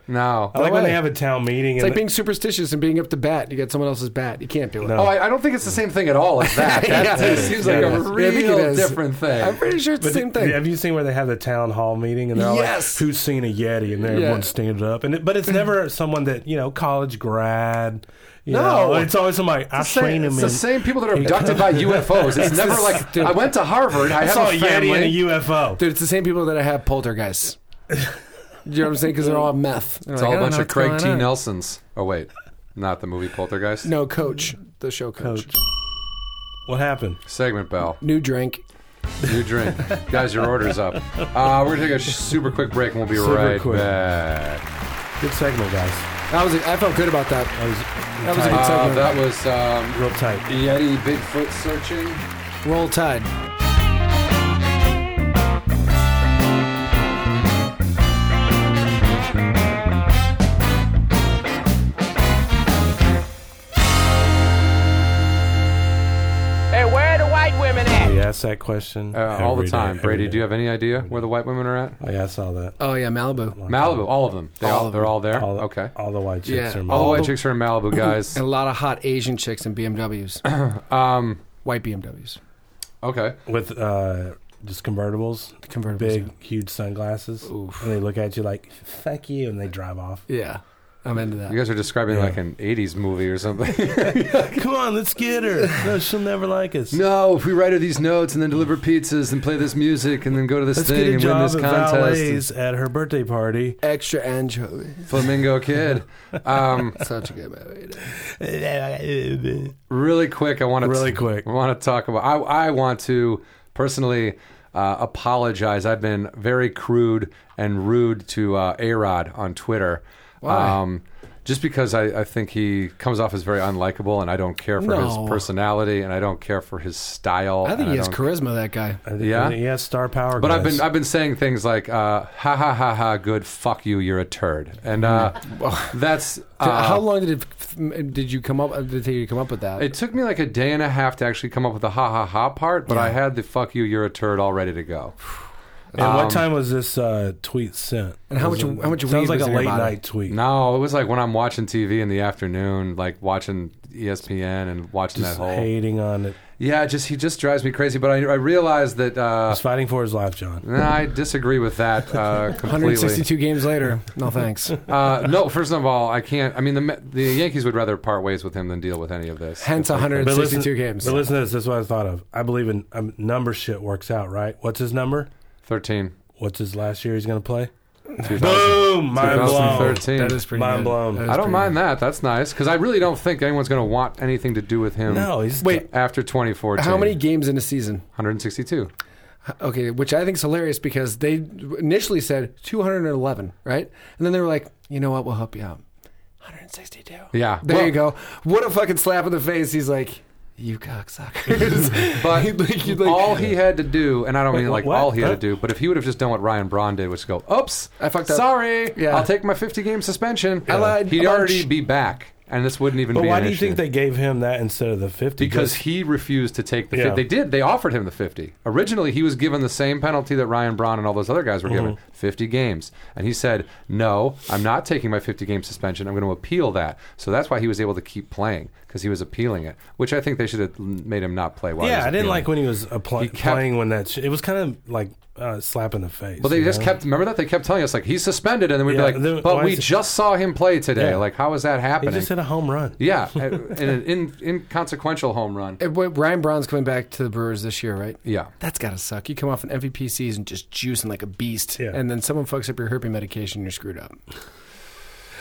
Speaker 3: No.
Speaker 2: I
Speaker 3: Oh,
Speaker 2: like when
Speaker 4: way.
Speaker 2: they have a town meeting.
Speaker 4: It's
Speaker 2: and
Speaker 4: like being superstitious and being up to bat. You get someone else's bat. You can't do it.
Speaker 2: No.
Speaker 3: Oh, I, I don't think it's the same thing at all as that. That
Speaker 4: Yeah.
Speaker 3: that seems like
Speaker 4: Yeah,
Speaker 3: a
Speaker 4: it is. Yeah, I think it
Speaker 3: real
Speaker 4: is.
Speaker 3: different thing.
Speaker 4: I'm pretty sure it's the
Speaker 2: But
Speaker 4: same
Speaker 2: th-
Speaker 4: thing.
Speaker 2: Have you seen where they have the town hall meeting and they're all
Speaker 4: Yes.
Speaker 2: like, "Who's seen a Yeti?" And
Speaker 4: Yeah.
Speaker 2: everyone stands up. And it, but it's never someone that you know, college grad. You know,
Speaker 4: No.
Speaker 2: it's always somebody. I've
Speaker 3: It's the same-
Speaker 2: seen him.
Speaker 3: it's
Speaker 2: in,
Speaker 3: the same people that are abducted by UFOs. It's never like I went to Harvard. I
Speaker 2: I
Speaker 3: have
Speaker 2: saw a
Speaker 3: a
Speaker 2: Yeti
Speaker 3: family.
Speaker 2: and a UFO.
Speaker 4: Dude, it's the same people that I have poltergeists. you know what I'm saying? Because they're all meth. They're
Speaker 3: It's
Speaker 4: like,
Speaker 3: all
Speaker 4: "I
Speaker 3: a
Speaker 4: don't
Speaker 3: bunch
Speaker 4: know
Speaker 3: of
Speaker 4: what's
Speaker 3: Craig
Speaker 4: going
Speaker 3: T.
Speaker 4: on."
Speaker 3: Nelsons. Oh wait, not the movie Poltergeist.
Speaker 4: No, coach. The show coach.
Speaker 2: Coach. What happened?
Speaker 3: Segment bell.
Speaker 4: New drink.
Speaker 3: New drink. Guys, your order's up. Uh, we're gonna take a sh- super quick break and we'll be
Speaker 2: Super
Speaker 3: right
Speaker 2: quick.
Speaker 3: back.
Speaker 2: Good segment, guys.
Speaker 4: That was. A, I felt good about that.
Speaker 2: That was
Speaker 4: That was a good
Speaker 3: Uh,
Speaker 4: segment.
Speaker 3: that was um,
Speaker 2: real tight.
Speaker 3: Yeti Bigfoot searching.
Speaker 4: Roll Tide.
Speaker 5: Hey, where the white women at?
Speaker 2: We asked that question
Speaker 3: Uh, all the
Speaker 2: every
Speaker 3: time.
Speaker 2: day, every
Speaker 3: Brady,
Speaker 2: day.
Speaker 3: do you have any idea where the white women are at?
Speaker 2: Oh yeah, I saw that.
Speaker 4: Oh yeah, Malibu.
Speaker 3: Malibu, all of them. They
Speaker 4: All
Speaker 3: all,
Speaker 4: of
Speaker 3: they're
Speaker 4: them.
Speaker 3: all there.
Speaker 2: All the,
Speaker 3: okay.
Speaker 2: All the white chicks
Speaker 4: Yeah.
Speaker 2: are
Speaker 3: All the
Speaker 2: mine.
Speaker 3: white chicks are in Malibu, guys.
Speaker 4: And a lot of hot Asian chicks in BMWs.
Speaker 3: um,
Speaker 4: White BMWs.
Speaker 3: okay.
Speaker 2: with uh, just convertibles,
Speaker 4: Convertibles.
Speaker 2: big, huge sunglasses, and they look at you like "fuck you," and they drive off.
Speaker 4: Yeah. I'm into that.
Speaker 3: You guys are describing
Speaker 2: Yeah.
Speaker 3: like an '80s movie or something.
Speaker 2: Come on, let's get her. No, she'll never like us.
Speaker 3: no, if we write her these notes and then deliver pizzas and play this music and then go to this
Speaker 2: Let's
Speaker 3: thing
Speaker 2: get a
Speaker 3: and win
Speaker 2: job
Speaker 3: this
Speaker 2: at
Speaker 3: contest, and
Speaker 2: valets at her birthday party.
Speaker 4: Extra anchovy.
Speaker 3: Flamingo Kid. Um,
Speaker 4: Such a good movie.
Speaker 2: That's
Speaker 3: really quick, I want to
Speaker 2: Really quick.
Speaker 3: I want to talk about. I I want to personally uh, apologize. I've been very crude and rude to uh, Arod on Twitter.
Speaker 4: Why?
Speaker 3: Um, just because I, I think he comes off as very unlikable, and I don't care for
Speaker 4: No.
Speaker 3: his personality, and I don't care for his style.
Speaker 4: I think
Speaker 3: and
Speaker 4: he has
Speaker 3: don't-
Speaker 4: charisma. That guy.
Speaker 3: Yeah?
Speaker 2: he has star power.
Speaker 3: But I've
Speaker 2: guys.
Speaker 3: been I've been saying things like uh, ha ha ha ha good fuck you you're a turd and uh, that's uh,
Speaker 4: How long did it, did you come up? Did it take you to come up with that?
Speaker 3: It took me like a day and a half to actually come up with the ha ha ha part, but I had the fuck you, you're a turd all ready to go.
Speaker 2: And
Speaker 3: um,
Speaker 2: what time was this uh, tweet sent?
Speaker 4: And how
Speaker 2: Was
Speaker 4: much-
Speaker 2: it-
Speaker 4: how much weed
Speaker 2: Sounds like
Speaker 4: was
Speaker 2: a
Speaker 4: in your
Speaker 2: late
Speaker 4: body?
Speaker 2: night tweet.
Speaker 3: No, it was like when I'm watching TV in the afternoon, like watching E ESPN and watching
Speaker 2: Just
Speaker 3: that whole.
Speaker 2: hating on it.
Speaker 3: Yeah, just he just drives me crazy. But I, I realized that uh,
Speaker 2: He's fighting for his life, John.
Speaker 3: nah, I disagree with that uh, completely.
Speaker 4: 162 games later. No thanks.
Speaker 3: Uh, no, first of all, I can't. I mean, the Ma- the Yankees would rather part ways with him than deal with any of this.
Speaker 4: Hence 162 games.
Speaker 2: But listen to this. This is what I thought of. I believe in um, number shit works out, right? What's his number?
Speaker 3: Thirteen.
Speaker 2: What's his last year he's going to play?
Speaker 3: 2000,
Speaker 2: Boom! Mind blown.
Speaker 3: 2013.
Speaker 4: that is pretty
Speaker 2: Mind
Speaker 4: good.
Speaker 2: blown.
Speaker 4: That is
Speaker 3: I
Speaker 4: pretty
Speaker 3: don't mind that. That's nice because I really don't think anyone's going to want anything to do with him.
Speaker 2: No, he's
Speaker 4: Wait.
Speaker 3: after 2014.
Speaker 4: good. How many games in a season?
Speaker 3: 162.
Speaker 4: Okay, which I think is hilarious because they initially said 211, right? And then they were like, you know what? We'll help you out. 162.
Speaker 3: Yeah.
Speaker 4: There
Speaker 3: Well-
Speaker 4: you go. What a fucking slap in the face. He's like, you cocksuckers.
Speaker 3: But
Speaker 4: He'd like- he'd like-
Speaker 3: all he had to do, and I don't mean like
Speaker 2: what?
Speaker 3: all he had
Speaker 2: Huh?
Speaker 3: to do, but if he would have just done what Ryan Braun did, which go, oops,
Speaker 4: I fucked up."
Speaker 3: Sorry,
Speaker 4: Yeah.
Speaker 3: I'll take my 50 game suspension.
Speaker 4: I lied
Speaker 3: He'd
Speaker 4: a bunch.
Speaker 3: already be back, and this wouldn't even
Speaker 2: But
Speaker 3: be
Speaker 2: why
Speaker 3: an
Speaker 2: do you
Speaker 3: issue.
Speaker 2: think they gave him that instead of the 50?
Speaker 3: because he refused to take the
Speaker 2: Yeah.
Speaker 3: 50. They did. They offered him the 50. Originally, he was given the same penalty that Ryan Braun and all those other guys were given
Speaker 2: Mm-hmm.
Speaker 3: 50 games. And he said, No, I'm not taking my 50 game suspension. I'm going to appeal that. So that's why he was able to keep playing because he was appealing it, which I think they should have made him not play while he
Speaker 2: yeah,
Speaker 3: was
Speaker 2: I didn't
Speaker 3: appealing.
Speaker 2: like when he was appl-
Speaker 3: He kept-
Speaker 2: playing when that. Sh- it was kind of like uh, slap in the face.
Speaker 3: Well, they
Speaker 2: you
Speaker 3: just
Speaker 2: know?
Speaker 3: kept. Remember that they kept telling us like he's suspended, and then we'd
Speaker 2: Yeah,
Speaker 3: be
Speaker 2: then
Speaker 3: like, "But
Speaker 2: why
Speaker 3: we
Speaker 2: is it-
Speaker 3: just saw him play today.
Speaker 2: Yeah.
Speaker 3: Like, how is that
Speaker 2: He
Speaker 3: happening?"
Speaker 2: just hit a home run.
Speaker 3: yeah, and an in, inconsequential home run.
Speaker 4: And wait, Ryan Brown's coming back to the Brewers this year, right?
Speaker 3: Yeah,
Speaker 4: That's gotta suck. You come off an MVP season just juicing like a beast,
Speaker 2: Yeah.
Speaker 4: and then someone fucks up your herpes medication, you're screwed up.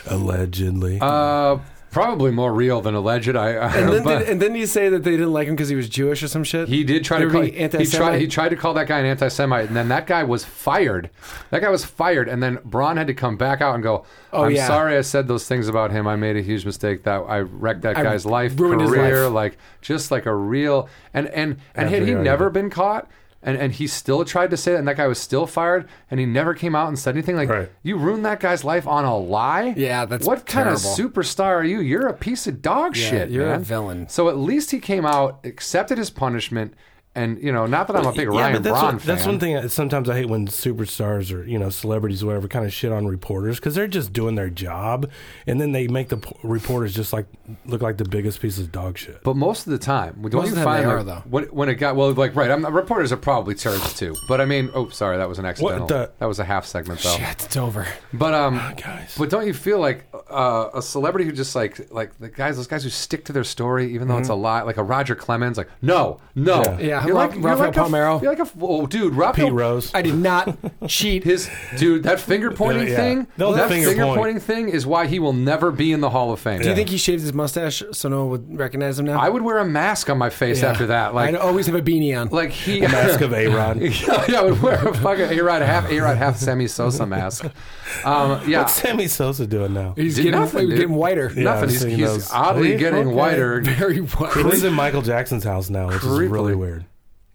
Speaker 2: Allegedly.
Speaker 3: uh, probably more real than alleged. I, I
Speaker 4: And then,
Speaker 3: but-
Speaker 4: did, and then you say that they didn't like him because he was Jewish or some shit.
Speaker 3: He did try
Speaker 4: They
Speaker 3: to
Speaker 4: were
Speaker 3: call
Speaker 4: being
Speaker 3: he
Speaker 4: anti-Semite?
Speaker 3: tried, he tried to call that guy an anti-Semite, and then that guy was fired. That guy was fired, and then Braun had to come back out and go,
Speaker 4: Oh,
Speaker 3: "I'm
Speaker 4: yeah.
Speaker 3: sorry, I said those things about him. I made a huge mistake. That I wrecked that
Speaker 4: I
Speaker 3: guy's life,
Speaker 4: ruined his
Speaker 3: career,
Speaker 4: life."
Speaker 3: like just like a real and and and had
Speaker 2: Every
Speaker 3: he
Speaker 2: argument.
Speaker 3: never been caught." And, and he still tried to say that, and that guy was still fired, and he never came out and said anything. Like,
Speaker 2: Right.
Speaker 3: you ruined that guy's life on a lie?
Speaker 4: Yeah, that's
Speaker 3: What kind of
Speaker 4: terrible.
Speaker 3: superstar are you? You're a piece of dog
Speaker 4: Yeah,
Speaker 3: shit.
Speaker 4: you're a
Speaker 3: man.
Speaker 4: villain.
Speaker 3: So at least he came out, accepted his punishment, and you know, not that I'm a big Ryan
Speaker 2: that's,
Speaker 3: Braun
Speaker 2: what-
Speaker 3: fan.
Speaker 2: that's one thing. that Sometimes I hate when superstars or you know celebrities, or whatever, kind of shit on reporters because they're just doing their job, and then they make the p- reporters just like look like the biggest piece of dog shit.
Speaker 3: But most of the time, don't
Speaker 4: Most
Speaker 3: you
Speaker 4: of the time
Speaker 3: find
Speaker 4: they
Speaker 3: that
Speaker 4: are, though.
Speaker 3: When, when it got well, like right, I'm, reporters are probably turds too. But I mean, oh, sorry, that was an accidental.
Speaker 2: the-
Speaker 3: That was a half segment though.
Speaker 4: Shit, it's over.
Speaker 3: But um,
Speaker 2: guys.
Speaker 3: but don't you feel like uh, a celebrity who just like like the guys, those guys who stick to their story even though it's a lie, like a Roger Clemens, like no, no,
Speaker 2: Yeah.
Speaker 4: Mm-hmm. Yeah,
Speaker 3: You're
Speaker 4: Ralph- Rafael
Speaker 3: like a-
Speaker 4: Palmeiro.
Speaker 3: you're like a oh, dude, Rafael
Speaker 2: Pete Rose.
Speaker 4: I did not cheat.
Speaker 3: His dude, that finger pointing
Speaker 2: Yeah, yeah.
Speaker 3: thing,
Speaker 2: No,
Speaker 3: that
Speaker 2: the finger
Speaker 3: finger,
Speaker 2: point.
Speaker 3: pointing thing is why he will never be in the Hall of Fame.
Speaker 4: Do you think he shaved his mustache so no one would recognize him now?
Speaker 3: I would wear a mask on my face
Speaker 4: Yeah.
Speaker 3: after that, like
Speaker 4: I'd always have a beanie on.
Speaker 3: like he
Speaker 2: Mask of Aaron.
Speaker 3: yeah, yeah, I would wear a fucking A Rod half A Rod half Sammy Sosa mask. Um, yeah,
Speaker 2: What's Sammy Sosa doing now?
Speaker 4: He's
Speaker 3: Did
Speaker 4: getting,
Speaker 3: nothing,
Speaker 4: he's
Speaker 3: dude.
Speaker 4: getting whiter.
Speaker 2: Yeah,
Speaker 3: nothing.
Speaker 2: I've
Speaker 3: He's,
Speaker 2: seen
Speaker 3: he's
Speaker 2: those.
Speaker 3: oddly
Speaker 2: Really?
Speaker 3: getting
Speaker 2: Okay.
Speaker 3: whiter.
Speaker 4: Very white.
Speaker 2: He lives in Michael Jackson's house now, which is really
Speaker 3: Creepily.
Speaker 2: weird.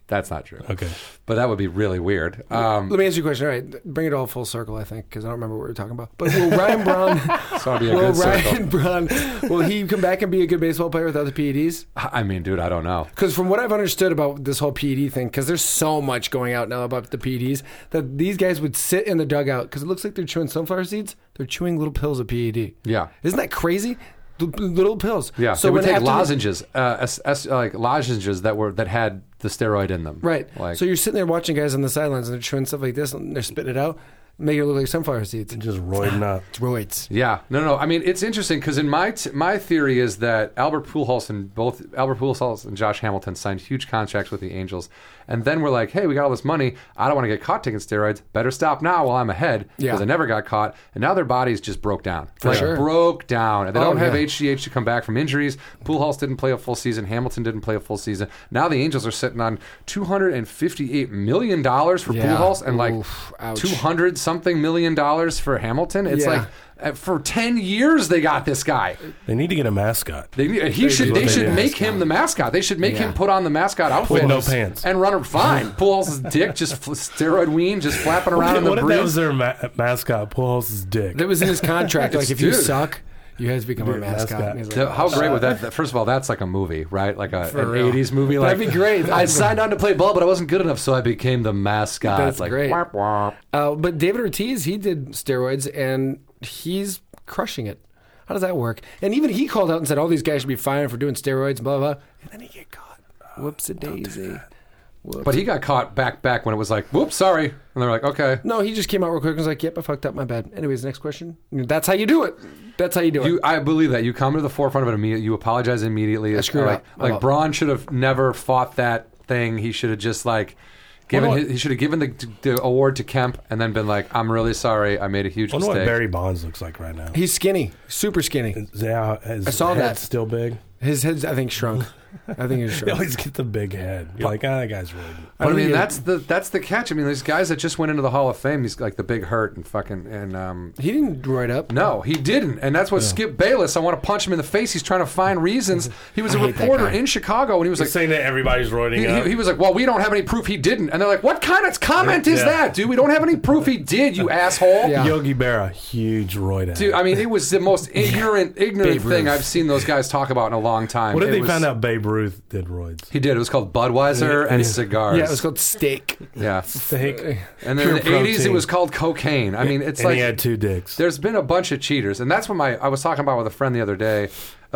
Speaker 3: That's not true.
Speaker 2: Okay.
Speaker 3: But that would be really weird. Um,
Speaker 4: Let me ask you a question. All right, bring it all full circle, I think, because I don't remember what we were talking about. But will Ryan Braun,
Speaker 3: so it'd be a
Speaker 4: will
Speaker 3: good circle.
Speaker 4: Ryan Braun, will he come back and be a good baseball player without the PEDs?
Speaker 3: I mean, dude, I don't know.
Speaker 4: Because from what I've understood about this whole PED thing, because there's so much going out now about the PEDs, that these guys would sit in the dugout because it looks like they're chewing sunflower seeds. They're chewing little pills of PED.
Speaker 3: Yeah.
Speaker 4: Isn't that crazy? L- little pills.
Speaker 3: Yeah, so they would
Speaker 4: when
Speaker 3: take
Speaker 4: after the-
Speaker 3: lozenges, uh, as, as, uh, like lozenges that were that had the steroid in them.
Speaker 4: Right.
Speaker 3: Like,
Speaker 4: so you're sitting there watching guys on the sidelines and they're chewing stuff like this and they're spitting it out, making it look like sunflower seeds.
Speaker 2: Just roiding up.
Speaker 4: Droids.
Speaker 3: Yeah, no, no. I mean, it's interesting because in my t- my theory is that Albert Pujols and both Albert Pujols and Josh Hamilton signed huge contracts with the Angels, and then we're like, hey, we got all this money. I don't want to get caught taking steroids. Better stop now while I'm ahead
Speaker 4: Yeah.
Speaker 3: because I never got caught. And now their bodies just broke down, like
Speaker 4: sure.
Speaker 3: broke down, and they
Speaker 4: Oh,
Speaker 3: don't have
Speaker 4: yeah.
Speaker 3: HGH to come back from injuries. Pujols didn't play a full season. Hamilton didn't play a full season. Now the Angels are sitting on two hundred and fifty eight million dollars for
Speaker 4: Yeah.
Speaker 3: Pujols and like
Speaker 4: Oof, ouch.
Speaker 3: two hundred something million dollars for Hamilton. It's
Speaker 4: Yeah.
Speaker 3: like uh, for 10 years they got this guy.
Speaker 2: They need to get a mascot.
Speaker 3: They, he should
Speaker 2: do.
Speaker 3: they
Speaker 2: They
Speaker 3: should
Speaker 2: do.
Speaker 3: make him the mascot. They should make
Speaker 4: Yeah.
Speaker 3: him put on the mascot outfit
Speaker 2: With no pants.
Speaker 3: and run him fine. Pull his dick just fl- steroid wean just flapping around in the
Speaker 2: what if that was
Speaker 3: breeze.
Speaker 2: their ma- mascot? Pujols' dick.
Speaker 4: That was in his contract. like, if you
Speaker 3: Dude.
Speaker 4: suck, you have to become a mascot.
Speaker 2: mascot.
Speaker 4: And he's like,
Speaker 3: Th- How great would that? that- First of all, that's like a movie, right? Like a, an
Speaker 4: real.
Speaker 3: '80s movie. Like,
Speaker 4: That'd be great.
Speaker 3: I signed on to play ball, but I wasn't good enough, so I became the mascot.
Speaker 4: That's
Speaker 3: like,
Speaker 4: great.
Speaker 3: womp womp.
Speaker 4: Uh, but David Ortiz, he did steroids and he's crushing it. How does that work? And even he called out and said all these guys should be fined for doing steroids, blah blah. blah. And then he get caught. Whoops a daisy.
Speaker 3: But he got caught back back when it was like, "Whoops, sorry," and they're like, "Okay."
Speaker 4: No, he just came out real quick and was like, "Yep, I fucked up. My bad." Anyways, next question. That's how you do it. That's how you do it.
Speaker 3: You, I believe that you come to the forefront of it immediately. You apologize immediately. It's
Speaker 4: screwed
Speaker 3: like,
Speaker 4: up. I'm
Speaker 3: Like
Speaker 4: out.
Speaker 3: Braun should have never fought that thing. He should have just like given.
Speaker 2: Well, no.
Speaker 3: his, he should have given the, the award to Kemp and then been like, "I'm really sorry. I made a huge
Speaker 2: I wonder what
Speaker 3: mistake."
Speaker 2: Barry Bonds looks like right now.
Speaker 4: He's skinny, super skinny.
Speaker 2: Is that how- his
Speaker 4: I saw
Speaker 2: head
Speaker 4: that.
Speaker 2: still big?
Speaker 4: His head's, I think, shrunk. I think he's
Speaker 2: They
Speaker 4: shrunk.
Speaker 2: always get the big head. You're like, ah, that guy's really.
Speaker 3: but I
Speaker 4: don't
Speaker 3: mean,
Speaker 4: think
Speaker 3: that's the that's the catch. I mean, these guys that just went into the Hall of Fame, he's like the big hurt and fucking and um.
Speaker 4: He didn't roid up.
Speaker 3: No, he didn't, and that's what Skip Bayless. I want to punch him in the face. He's trying to find reasons. He was a
Speaker 4: hate that
Speaker 3: reporter
Speaker 4: guy.
Speaker 3: in Chicago, and he was like,
Speaker 2: saying that everybody's roiding
Speaker 3: He,
Speaker 2: up.
Speaker 3: he, he was like, "Well, we don't have any proof he didn't," and they're like, "What kind of comment is
Speaker 2: Yeah.
Speaker 3: that, dude? We don't have any proof he did, you asshole."
Speaker 4: Yeah.
Speaker 2: Yogi Berra, huge roid out.
Speaker 3: Dude, I mean, it was the most ignorant, ignorant
Speaker 4: Babe
Speaker 3: thing
Speaker 4: Ruth.
Speaker 3: I've seen those guys talk about in a long time.
Speaker 2: what if
Speaker 3: It
Speaker 2: they
Speaker 3: was-
Speaker 2: found out Babe Ruth did roids?
Speaker 3: He did. It was called Budweiser and cigars.
Speaker 4: Yeah, it was called steak.
Speaker 3: Yeah.
Speaker 2: Steak.
Speaker 3: And then in
Speaker 2: Pure
Speaker 3: the '80s, it
Speaker 2: protein.
Speaker 3: was called cocaine. I mean, it's
Speaker 2: and
Speaker 3: like
Speaker 2: he had two dicks.
Speaker 3: there's been a bunch of cheaters, and that's what my I was talking about with a friend the other day.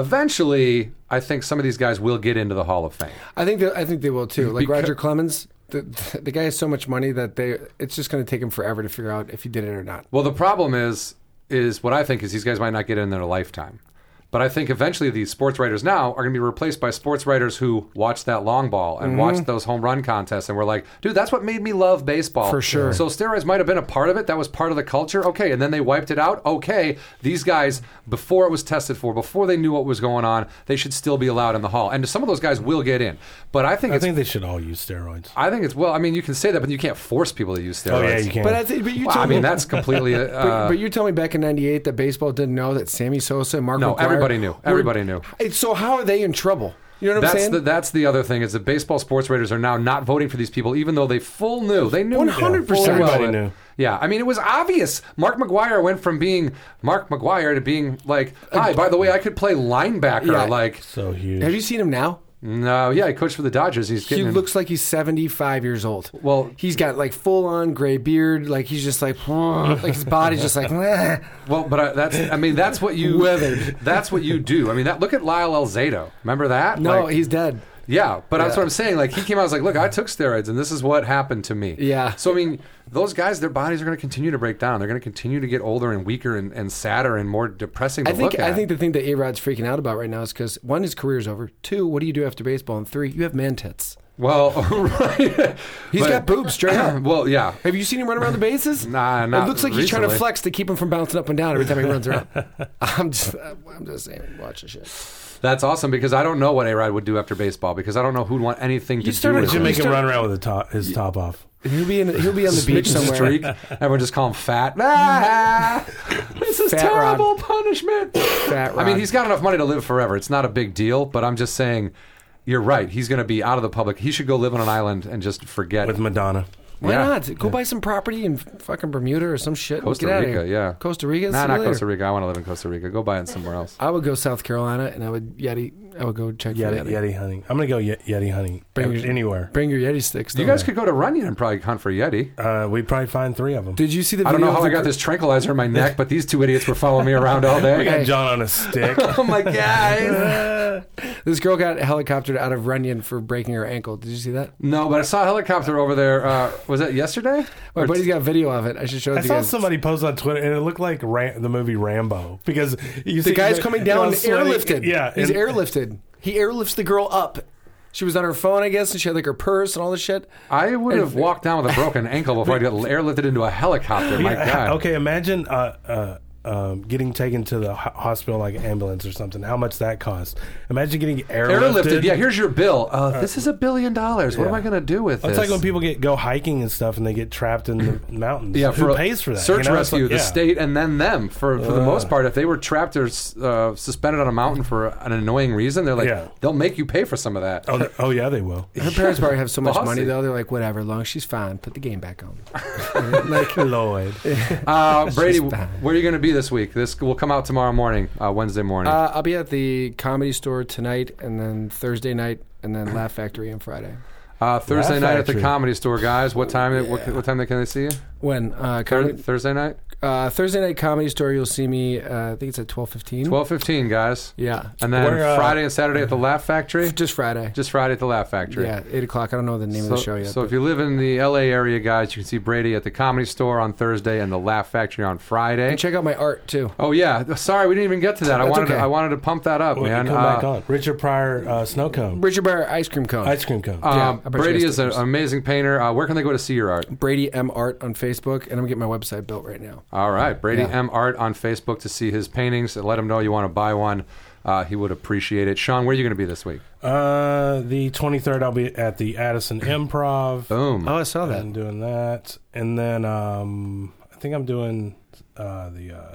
Speaker 3: Eventually, I think some of these guys will get into the Hall of Fame.
Speaker 4: I think that, I think they will too. Like
Speaker 3: Because-
Speaker 4: Roger Clemens, the, the guy has so much money that they it's just going to take him forever to figure out if he did it or not.
Speaker 3: Well, the problem is, is what I think is these guys might not get in their lifetime. But I think eventually these sports writers now are going to be replaced by sports writers who watch that long ball
Speaker 2: Mm-hmm.
Speaker 3: and watch those home run contests and were like, dude, that's what made me love baseball.
Speaker 4: For sure.
Speaker 3: So steroids might have been a part of it. That was part of the culture. Okay. And then they wiped it out. Okay. These guys, before it was tested for, before they knew what was going on, they should still be allowed in the hall. And some of those guys will get in. But I think
Speaker 2: I
Speaker 3: it's.
Speaker 2: think they should all use steroids.
Speaker 3: I think it's well. I mean, you can say that, but you can't force people to use steroids.
Speaker 2: Oh yeah, you can.
Speaker 4: But I think, but you
Speaker 3: Well,
Speaker 4: tell
Speaker 3: I mean,
Speaker 4: me,
Speaker 3: that's completely. Uh,
Speaker 4: but, but you tell me back in '98 that baseball didn't know that Sammy Sosa and Mark.
Speaker 3: No,
Speaker 4: McGwire
Speaker 3: everybody knew.
Speaker 4: were-
Speaker 3: Everybody knew.
Speaker 4: It's- So how are they in trouble? You know what I'm
Speaker 3: That's
Speaker 4: saying?
Speaker 3: the that's the other thing is that baseball sports writers are now not voting for these people, even though they full knew they knew
Speaker 4: 100%
Speaker 3: full well
Speaker 2: Everybody
Speaker 3: it.
Speaker 2: knew.
Speaker 3: Yeah, I mean it was obvious. Mark McGuire went from being Mark McGuire to being like, hi, by the way, I could play linebacker.
Speaker 4: Yeah.
Speaker 3: Like,
Speaker 2: so huge.
Speaker 4: Have you seen him now?
Speaker 3: no, yeah, he coached for the Dodgers. He's
Speaker 4: He
Speaker 3: getting
Speaker 4: looks like he's 75 years old.
Speaker 3: Well-
Speaker 4: he's got like full on gray beard. Like he's just like, like his body's just like, "Meh."
Speaker 3: well, but I, that's I mean that's what you
Speaker 4: Weathered.
Speaker 3: That's what you do. I mean that. Look at Lyle Elzado. Remember that?
Speaker 4: no,
Speaker 3: Like,
Speaker 4: he's dead.
Speaker 3: Yeah, but that's
Speaker 4: Yeah.
Speaker 3: what I'm saying. Like he came out, I was like, "Look, I took steroids, and this is what happened to me."
Speaker 4: Yeah.
Speaker 3: So I mean, those guys, their bodies are going to continue to break down. They're going to continue to get older and weaker and, and sadder and more depressing. To
Speaker 4: I think
Speaker 3: look at.
Speaker 4: I think the thing that A Rod's freaking out about right now is because one, his career's over. Two, what do you do after baseball? And three, you have man tits.
Speaker 3: Well, right.
Speaker 4: He's
Speaker 3: But-
Speaker 4: got boobs straight up.
Speaker 3: well, yeah.
Speaker 4: Have you seen him run around the bases?
Speaker 3: Nah,
Speaker 4: It
Speaker 3: not
Speaker 4: looks like he's trying to
Speaker 3: recently.
Speaker 4: flex to keep him from bouncing up and down every time he runs around. I'm just, I'm just saying, watch the shit.
Speaker 3: That's awesome because I don't know what A Rod would do after baseball because I don't know who'd want anything to
Speaker 4: You
Speaker 3: do
Speaker 4: started
Speaker 3: with
Speaker 2: Just
Speaker 4: to
Speaker 3: him.
Speaker 2: make him
Speaker 4: start-
Speaker 2: run around with the top, his top off.
Speaker 4: He'll be in, he'll be on the beach
Speaker 3: Smitten
Speaker 4: somewhere.
Speaker 3: streak. Everyone just call him fat. Ah, this is
Speaker 4: Fat Rod.
Speaker 3: terrible punishment.
Speaker 4: Fat
Speaker 3: I mean,
Speaker 4: Rod.
Speaker 3: he's got enough money to live forever. It's not a big deal, but I'm just saying, you're right. He's going to be out of the public. He should go live on an island and just forget.
Speaker 2: With Madonna.
Speaker 4: Why
Speaker 3: Yeah.
Speaker 4: not? Go buy some property in fucking Bermuda or some shit. and
Speaker 3: Costa
Speaker 4: get out of
Speaker 3: Rica,
Speaker 4: here.
Speaker 3: yeah.
Speaker 4: Costa Rica.
Speaker 3: nah,
Speaker 4: See
Speaker 3: not
Speaker 4: you later.
Speaker 3: Costa Rica. I want to live in Costa Rica. Go buy it somewhere else.
Speaker 4: I would go South Carolina and I would Yeti. I would go check
Speaker 2: Yeti,
Speaker 4: for Yeti.
Speaker 2: Yeti hunting. I'm gonna go Ye- Yeti hunting.
Speaker 4: Bring
Speaker 2: Ev-
Speaker 4: your-
Speaker 2: anywhere.
Speaker 4: Bring your Yeti sticks.
Speaker 3: You
Speaker 4: down
Speaker 3: guys
Speaker 4: there.
Speaker 3: could go to Runyon and probably hunt for Yeti.
Speaker 2: Uh, we probably find three of them.
Speaker 4: Did you see the?
Speaker 3: I
Speaker 4: Video
Speaker 3: don't know how
Speaker 4: of
Speaker 3: I
Speaker 4: the-
Speaker 3: got this tranquilizer in my neck, but these two idiots were following me around all
Speaker 2: We
Speaker 3: day.
Speaker 2: got
Speaker 4: Hey.
Speaker 2: John on a stick.
Speaker 3: oh my god!
Speaker 4: This girl got helicoptered out of Runyon for breaking her ankle. Did you see that?
Speaker 3: No, but I saw a helicopter over there. Uh, was that yesterday?
Speaker 4: My
Speaker 3: Or-
Speaker 4: buddy's got video of it. I should show it
Speaker 2: I
Speaker 4: to you
Speaker 2: saw
Speaker 4: guys.
Speaker 2: somebody post on Twitter, and it looked like Ram- the movie Rambo because you
Speaker 4: the
Speaker 2: see
Speaker 4: guy's coming
Speaker 2: you
Speaker 4: down
Speaker 2: know,
Speaker 4: and
Speaker 2: sweating-
Speaker 4: airlifted.
Speaker 2: Yeah,
Speaker 4: he's
Speaker 2: and-
Speaker 4: airlifted. He airlifts the girl up. She was on her phone, I guess, and she had like her purse and all this shit.
Speaker 3: I would have walked down with a broken ankle before I got airlifted into a helicopter. My God.
Speaker 2: Okay, imagine uh, uh, um, getting taken to the ho- hospital like ambulance or something. How much that cost? Imagine getting airlifted.
Speaker 3: Airlifted. Yeah, here's your bill. Uh, this is a billion dollars. What am I going to do with
Speaker 2: It's
Speaker 3: this?
Speaker 2: like when people get go hiking and stuff, and they get trapped in the mountains.
Speaker 3: yeah,
Speaker 2: who
Speaker 3: for a
Speaker 2: pays for that?
Speaker 3: Search
Speaker 2: you know? It's
Speaker 3: rescue,
Speaker 2: like-
Speaker 3: the
Speaker 2: yeah.
Speaker 3: state, and then them. For for the most part, if they were trapped or uh, suspended on a mountain for an annoying reason, they're like,
Speaker 2: Yeah.
Speaker 3: they'll make you pay for some of that.
Speaker 2: Oh, th- oh yeah, they will.
Speaker 4: Her parents probably have so much
Speaker 3: Bossy.
Speaker 4: money though. They're like, whatever, long as she's fine. Put the game back on.
Speaker 2: like Lloyd.
Speaker 3: Uh, Brady,
Speaker 4: Just bad.
Speaker 3: where are you going to be this week? This will come out tomorrow morning, uh, Wednesday morning.
Speaker 4: Uh, I'll be at the comedy store tonight, and then Thursday night, and then Laugh Factory on Friday.
Speaker 3: Uh, Thursday
Speaker 2: Laugh
Speaker 3: night at the
Speaker 2: Factory.
Speaker 3: Comedy Store, guys. What time? What, what time can they see you?
Speaker 4: When uh,
Speaker 3: Thur-
Speaker 4: comedy,
Speaker 3: Thursday night,
Speaker 4: uh, Thursday night comedy store, you'll see me. Uh, I think it's at twelve fifteen.
Speaker 3: twelve fifteen, guys.
Speaker 4: Yeah,
Speaker 3: And then
Speaker 2: Where, uh,
Speaker 3: Friday and Saturday at the Laugh Factory.
Speaker 4: just Friday.
Speaker 3: Just Friday at the Laugh Factory.
Speaker 4: yeah, eight o'clock. I don't know the name
Speaker 3: So,
Speaker 4: of the show yet.
Speaker 3: so if you live in the LA area, guys, you can see Brady at the Comedy Store on Thursday and the Laugh Factory on Friday.
Speaker 4: and check out my art too.
Speaker 3: Oh yeah, sorry we didn't even get to that. I
Speaker 4: That's
Speaker 3: wanted to,
Speaker 4: okay.
Speaker 3: I wanted to pump that up,
Speaker 2: Well,
Speaker 3: man.
Speaker 2: come
Speaker 3: Uh,
Speaker 2: back on. Richard Pryor, uh, snow cone,
Speaker 4: Richard Bear ice cream cone.
Speaker 2: ice cream cone.
Speaker 3: um,
Speaker 4: Yeah, I bet you
Speaker 3: Brady
Speaker 4: guys
Speaker 3: is an
Speaker 4: did.
Speaker 3: amazing painter. Uh, where can they go to see your art?
Speaker 4: Brady M Art on Facebook, and I'm gonna get my website built right now.
Speaker 3: All right, Brady
Speaker 4: Yeah.
Speaker 3: M Art on Facebook to see his paintings and let him know you want to buy one. Uh, he would appreciate it. Sean, where are you going to be this week?
Speaker 2: Uh, the 23rd, I'll be at the Addison Improv.
Speaker 3: Boom.
Speaker 4: Oh, I saw
Speaker 2: I'm doing that, and then um, I think I'm doing uh, the uh,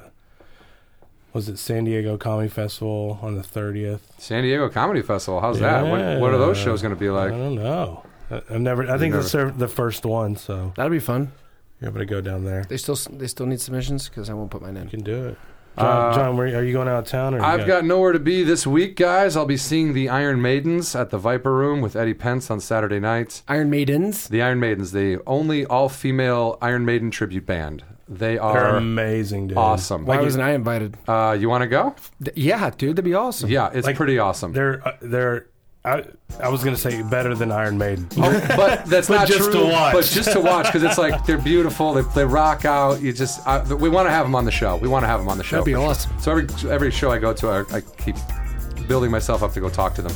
Speaker 2: was it San Diego Comedy Festival on the 30th.
Speaker 3: San Diego Comedy Festival. How's that? What, what are those shows going to be
Speaker 2: I
Speaker 3: like?
Speaker 2: don't know. I- I've never. I think
Speaker 3: never-
Speaker 2: this is the first one, so
Speaker 4: That'll be fun.
Speaker 2: you're able to go down there.
Speaker 4: They still they still need submissions because I won't put mine in.
Speaker 2: You can do it. John,
Speaker 3: Uh,
Speaker 2: John where, are you going out of town? Or you
Speaker 3: I've
Speaker 2: got-
Speaker 3: got nowhere to be this week, guys. I'll be seeing the Iron Maidens at the Viper Room with Eddie Pence on Saturday night.
Speaker 4: Iron Maidens.
Speaker 3: The Iron Maidens, the only all-female Iron Maiden tribute band. They
Speaker 2: They're
Speaker 3: are
Speaker 2: amazing, dude.
Speaker 3: awesome.
Speaker 4: Why wasn't I invited?
Speaker 3: Uh, you want to go?
Speaker 4: D- yeah, dude, that'd be awesome.
Speaker 3: Yeah, it's
Speaker 2: Like,
Speaker 3: pretty awesome.
Speaker 2: They're uh, they're. I, I was gonna say better than Iron Maiden.
Speaker 3: but that's
Speaker 2: But
Speaker 3: not
Speaker 2: just
Speaker 3: true.
Speaker 2: to watch.
Speaker 3: But just to watch because it's like they're beautiful. They, they rock out. You just I, we want to have them on the show. We want to have them on the show.
Speaker 4: That'd be
Speaker 3: for sure.
Speaker 4: awesome.
Speaker 3: So every every show I go to, I, I keep building myself up to go talk to them.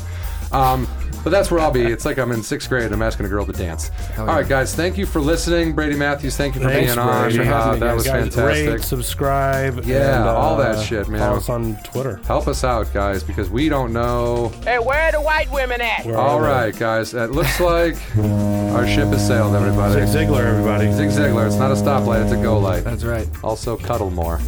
Speaker 3: Um, but that's where I'll be. It's like I'm in sixth grade and I'm asking a girl to dance. All right, guys. Thank you for listening, Brady Matthews. Thank you for
Speaker 2: Thanks,
Speaker 3: being on.
Speaker 2: Brady.
Speaker 3: Uh, that was
Speaker 2: Guys,
Speaker 3: fantastic.
Speaker 2: Rate, subscribe,
Speaker 3: Yeah,
Speaker 2: and, uh,
Speaker 3: all that shit, man.
Speaker 2: Follow us on Twitter.
Speaker 3: Help us out, guys, because we don't know.
Speaker 5: Hey, where are the white women at?
Speaker 2: We're
Speaker 3: All
Speaker 2: on there.
Speaker 3: right, guys. It looks like our ship has sailed, everybody.
Speaker 2: Zig Ziglar, everybody.
Speaker 3: Zig Ziglar. It's not a stoplight. It's a go light.
Speaker 4: that's right.
Speaker 3: Also, cuddle more.